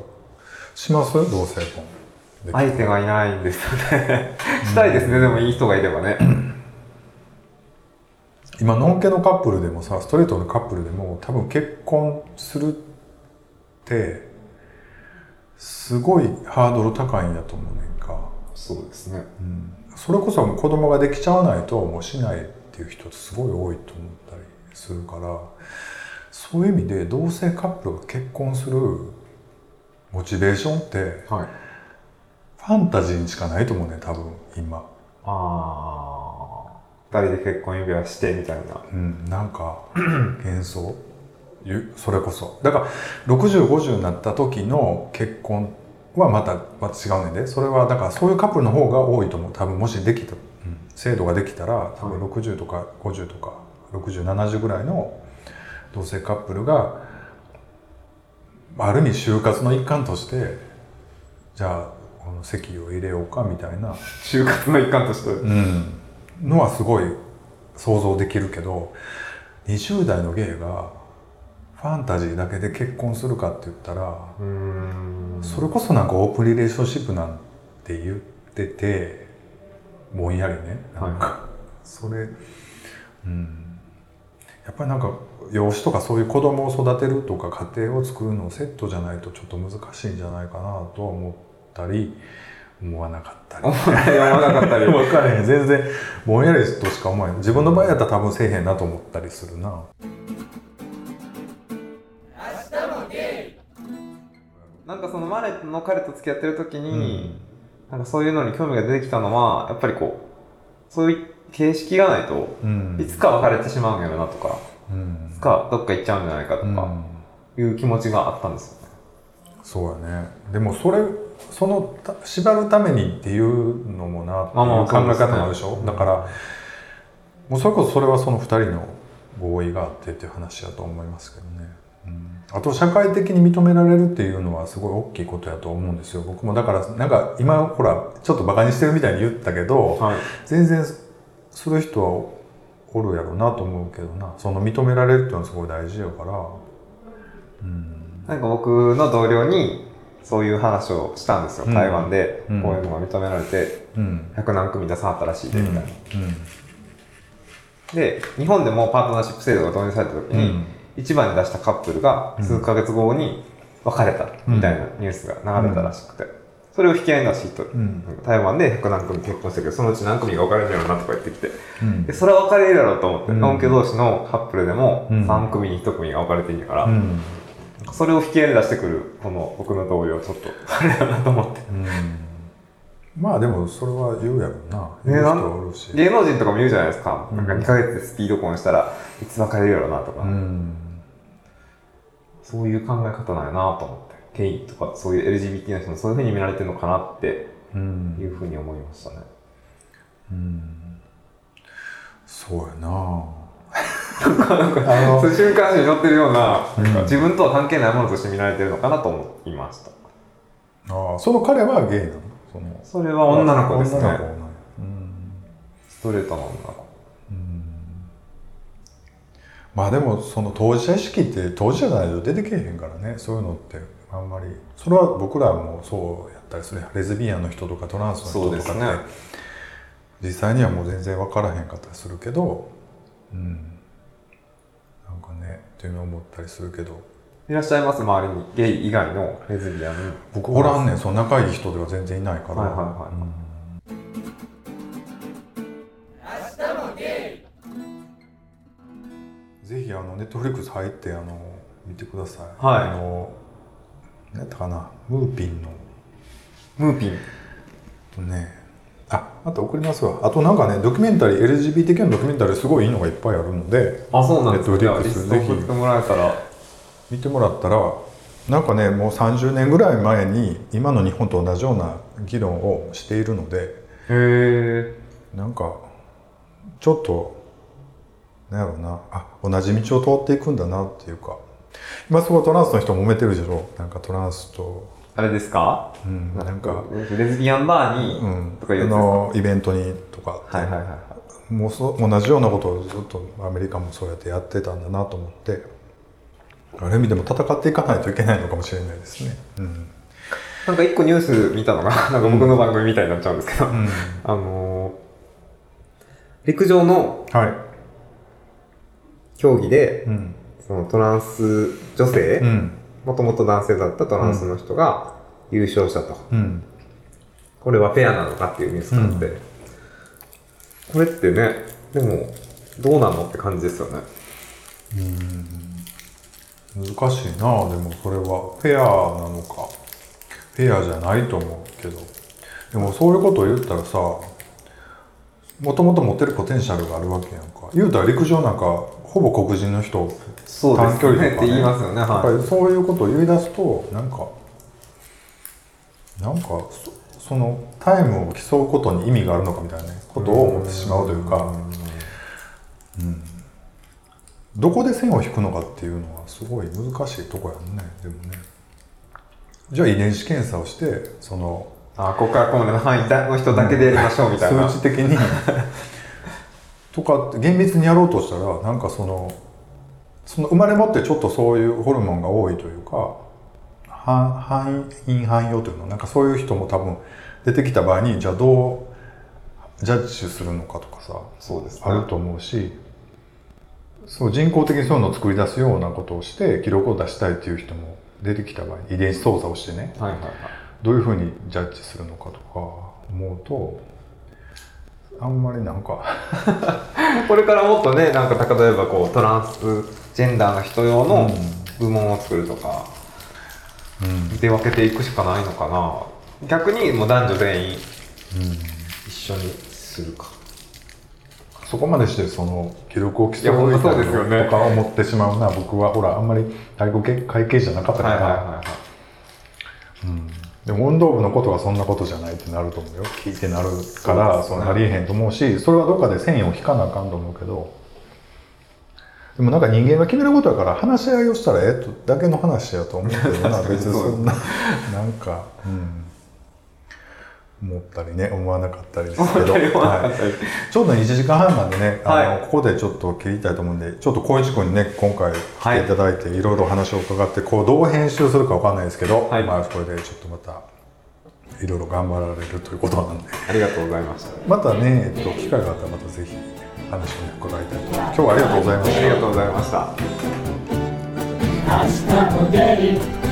Speaker 1: うします同性婚で
Speaker 2: 相手がいないんですよね したいですねでもいい人がいればね
Speaker 1: 今のんけのカップルでもさストレートのカップルでも多分結婚するってすごいハードル高いんやと思うねんか、
Speaker 2: そうですね
Speaker 1: うん、それこそ子供ができちゃわないともうしないっていう人すごい多いと思ったりするからそういう意味で同性カップルが結婚するモチベーションって
Speaker 2: はい
Speaker 1: ファンタジーにしかないと思うね多分今、
Speaker 2: ああ2人で結婚指輪してみたいな
Speaker 1: うん、なんか幻想ゆそれこそだから6050になった時の結婚はまたまた違うねんでそれはだからそういうカップルの方が多いと思う多分もしできた、うん制度ができたら多分60とか50とか6070ぐらいの同性カップルがある意味就活の一環としてじゃあこの席を入れようかみたいな
Speaker 2: 就活の一環として
Speaker 1: うん、のはすごい想像できるけど20代のゲイがファンタジーだけで結婚するかって言ったら
Speaker 2: うーん
Speaker 1: それこそなんかオープンリレーションシップなんて言っててぼんやりねなんか、それうんやっぱりなんか養子とかそういう子供を育てるとか家庭を作るのセットじゃないとちょっと難しいんじゃないかなとは思ったり思わなかったり
Speaker 2: 思わない思わ なかったり
Speaker 1: 分からへん全然ぼんやりとしか思えない自分の場合やったら多分せえへんなと思ったりするな
Speaker 2: なんかそのマレットの彼と付き合ってる時に、
Speaker 1: うん
Speaker 2: なんかそういうのに興味が出てきたのはやっぱりこうそういう形式がないと
Speaker 1: うん
Speaker 2: いつか別れてしまうんやろなとか、
Speaker 1: うん
Speaker 2: いつかどっか行っちゃうんじゃないかと
Speaker 1: う
Speaker 2: か
Speaker 1: ん
Speaker 2: いう気持ちがあったんですよね。
Speaker 1: そうやねでもそれそのた縛るためにっていうのもなってい
Speaker 2: まあまあ
Speaker 1: う考え
Speaker 2: そうですね
Speaker 1: 方もあるでしょ、だからもうそれこそそれはその2人の合意があってっていう話だと思いますけどね、うん、あと社会的に認められるっていうのはすごい大きいことやと思うんですよ僕もだからなんか今ほらちょっとバカにしてるみたいに言ったけど、
Speaker 2: はい。
Speaker 1: 全然する人はおるやろうなと思うけどなその認められるっていうのはすごい大事やからうん
Speaker 2: なんか僕の同僚にそういう話をしたんですよ。
Speaker 1: うん
Speaker 2: 台湾でこう
Speaker 1: う
Speaker 2: い
Speaker 1: ん
Speaker 2: うのが認められて
Speaker 1: うん
Speaker 2: 100何組出さはったらしいで
Speaker 1: う
Speaker 2: み
Speaker 1: ん
Speaker 2: たいな。で、日本でもパートナーシップ制度が導入された時
Speaker 1: う
Speaker 2: に
Speaker 1: ん
Speaker 2: 一番に出したカップルが数ヶ月後に別れたみたいなニュースが流れたらしくて、それを引き合いに出して
Speaker 1: うんうん
Speaker 2: 台湾で100何組結婚したけどそのうち何組が別れるんやろうなとか言ってきて
Speaker 1: うん
Speaker 2: でそれは別れるやろうと思って、
Speaker 1: うん
Speaker 2: ノンケ同士のカップルでも
Speaker 1: うん
Speaker 2: 3組に1組が分かれていいんだから、
Speaker 1: うん
Speaker 2: それを引き合いに出してくるこの僕の同僚ちょっ とあれだなと思って
Speaker 1: まあでもそれは言うやろうな
Speaker 2: ね
Speaker 1: 言う人はおるし、
Speaker 2: 芸能人とかも言うじゃないですか、
Speaker 1: うん
Speaker 2: なんか2ヶ月でスピード婚したらいつ別れるやろうなとか、
Speaker 1: うん
Speaker 2: そういう考え方なんやなと思ってゲイとかそういう LGBT の人もそういうふうに見られてるのかなって
Speaker 1: う
Speaker 2: い
Speaker 1: ん
Speaker 2: うふうに思いましたね
Speaker 1: うんそうやな
Speaker 2: なんか
Speaker 1: あの
Speaker 2: そういう瞬間誌に載ってるような,、
Speaker 1: うん
Speaker 2: なんか自分とは関係ないものとして見られてるのかなと思いました
Speaker 1: ああその彼はゲイなのその
Speaker 2: それは女の子ですね
Speaker 1: 女の子なんやうん
Speaker 2: ストレートの女の子
Speaker 1: まあでもその当事者意識って当事者じゃないと出てけえへんからねそういうのってあんまりそれは僕らもそうやったりするレズビアンの人とかトランスの人とかって
Speaker 2: そうですね
Speaker 1: 実際にはもう全然分からへんかったりするけどうんなんかねっていうのを思ったりするけど
Speaker 2: いらっしゃいます周りにゲイ以外のレズビアン
Speaker 1: 僕おらんねんその仲いい人では全然いないから、
Speaker 2: はいはいはい
Speaker 1: うんぜひあのネットフリックス入ってあの見てください、
Speaker 2: はい
Speaker 1: あの何やったかなムーピンの
Speaker 2: ムーピン
Speaker 1: とねああと送りますわあとなんかねドキュメンタリー LGBTQ のドキュメンタリーすごいいいのがいっぱいあるので
Speaker 2: あそうなんですかじゃあリ
Speaker 1: Netflix
Speaker 2: スト送ってもらえたら
Speaker 1: 見てもらったらなんかねもう30年ぐらい前に今の日本と同じような議論をしているので
Speaker 2: へえ
Speaker 1: なんかちょっとなんやろうなあ同じ道を通っていくんだなっていうか今すごいトランスの人揉めてるでしょなんかトランスと、
Speaker 2: あれですか
Speaker 1: うん、なんか、
Speaker 2: レズビアンバーに、
Speaker 1: うん、
Speaker 2: とかいう
Speaker 1: あ
Speaker 2: やつ
Speaker 1: のイ
Speaker 2: ですか
Speaker 1: ベントにとかって
Speaker 2: はいはいはいはい
Speaker 1: もうそ同じようなことをずっとアメリカもそうやってやってたんだなと思ってある意味でも戦っていかないといけないのかもしれないですね。うん
Speaker 2: なんか一個ニュース見たのが なんか僕の番組みたいになっちゃうんですけど、
Speaker 1: うん
Speaker 2: あのー陸上の
Speaker 1: は
Speaker 2: 競技
Speaker 1: い、
Speaker 2: で
Speaker 1: うん
Speaker 2: そのトランス女性、
Speaker 1: うん
Speaker 2: もともと男性だったトランスの人が優勝したと、
Speaker 1: うん
Speaker 2: これはフェアなのかっていうニュースがあって、これってねでもどうなのって感じですよね
Speaker 1: 難しいなあでもそれはフェアなのかフェアじゃないと思うけどでもそういうことを言ったらさもともと持ってるポテンシャルがあるわけやんか言うたら陸上なんかほぼ黒人の人
Speaker 2: そう
Speaker 1: 短
Speaker 2: ですね
Speaker 1: 距離と
Speaker 2: っ
Speaker 1: か、
Speaker 2: て言いますよね
Speaker 1: やっぱ
Speaker 2: は
Speaker 1: りそういうことを言い出すとなんかなんかそそのタイムを競うことに意味があるのかみたいなねことを思ってしまうというかうんどこで線を引くのかっていうのはすごい難しいとこやんねでもねじゃあ遺伝子検査をしてその
Speaker 2: いあここからここまでの範囲の人だけでやりましょうみたいな、
Speaker 1: 数値的 にとかって厳密にやろうとしたらなんかそのその生まれ持ってちょっとそういうホルモンが多いというかは範囲汎用というのなんかそういう人も多分出てきた場合にじゃあどうジャッジするのかとかさ
Speaker 2: そうですね
Speaker 1: あると思うしそう人工的にそういうのを作り出すようなことをして記録を出したいっていう人も出てきた場合遺伝子操作をしてね
Speaker 2: はいはいはい
Speaker 1: どういうふうにジャッジするのかとか思うとあんまりなんか
Speaker 2: これからもっとねなんか例えばこうトランスジェンダーの人用の部門を作るとか、で分けていくしかないのかな逆にもう男女全員一緒にするか、
Speaker 1: そこまでしてその記録を競
Speaker 2: いや
Speaker 1: う
Speaker 2: ほ
Speaker 1: み
Speaker 2: んと
Speaker 1: た
Speaker 2: そうですよ
Speaker 1: いな
Speaker 2: ね
Speaker 1: とか思ってしまうな僕はほらあんまり外国系会計士じゃなかったか
Speaker 2: は
Speaker 1: ら、
Speaker 2: いはいはいはい
Speaker 1: でも運動部のことはそんなことじゃないってなると思うよ聞いてなるから
Speaker 2: そ
Speaker 1: そう
Speaker 2: で
Speaker 1: う
Speaker 2: すね
Speaker 1: なりえへんと思うしそれはどっかで線を引かなあかんと思うけどでもなんか人間が決めることやから話し合いをしたらええとだけの話やと思うけどな
Speaker 2: 確かに
Speaker 1: 別に そんななんか、うん、思ったりね思わなかったりですけど、はい、ちょうど1時間半なんでね、
Speaker 2: はい
Speaker 1: あのここでちょっと切りたいと思うんでちょっと浩一君にね今回来ていただいて、い、ろいろお話を伺ってこうどう編集するかわかんないですけど、
Speaker 2: はい
Speaker 1: まあ、これでちょっとまたいろいろ頑張られるということなんで
Speaker 2: ありがとうございました
Speaker 1: またね、えっと、機会があったらまたぜひ話をね伺いたいと思います今日はありがとうございました
Speaker 2: ありがとうございました
Speaker 4: 明日もゲイ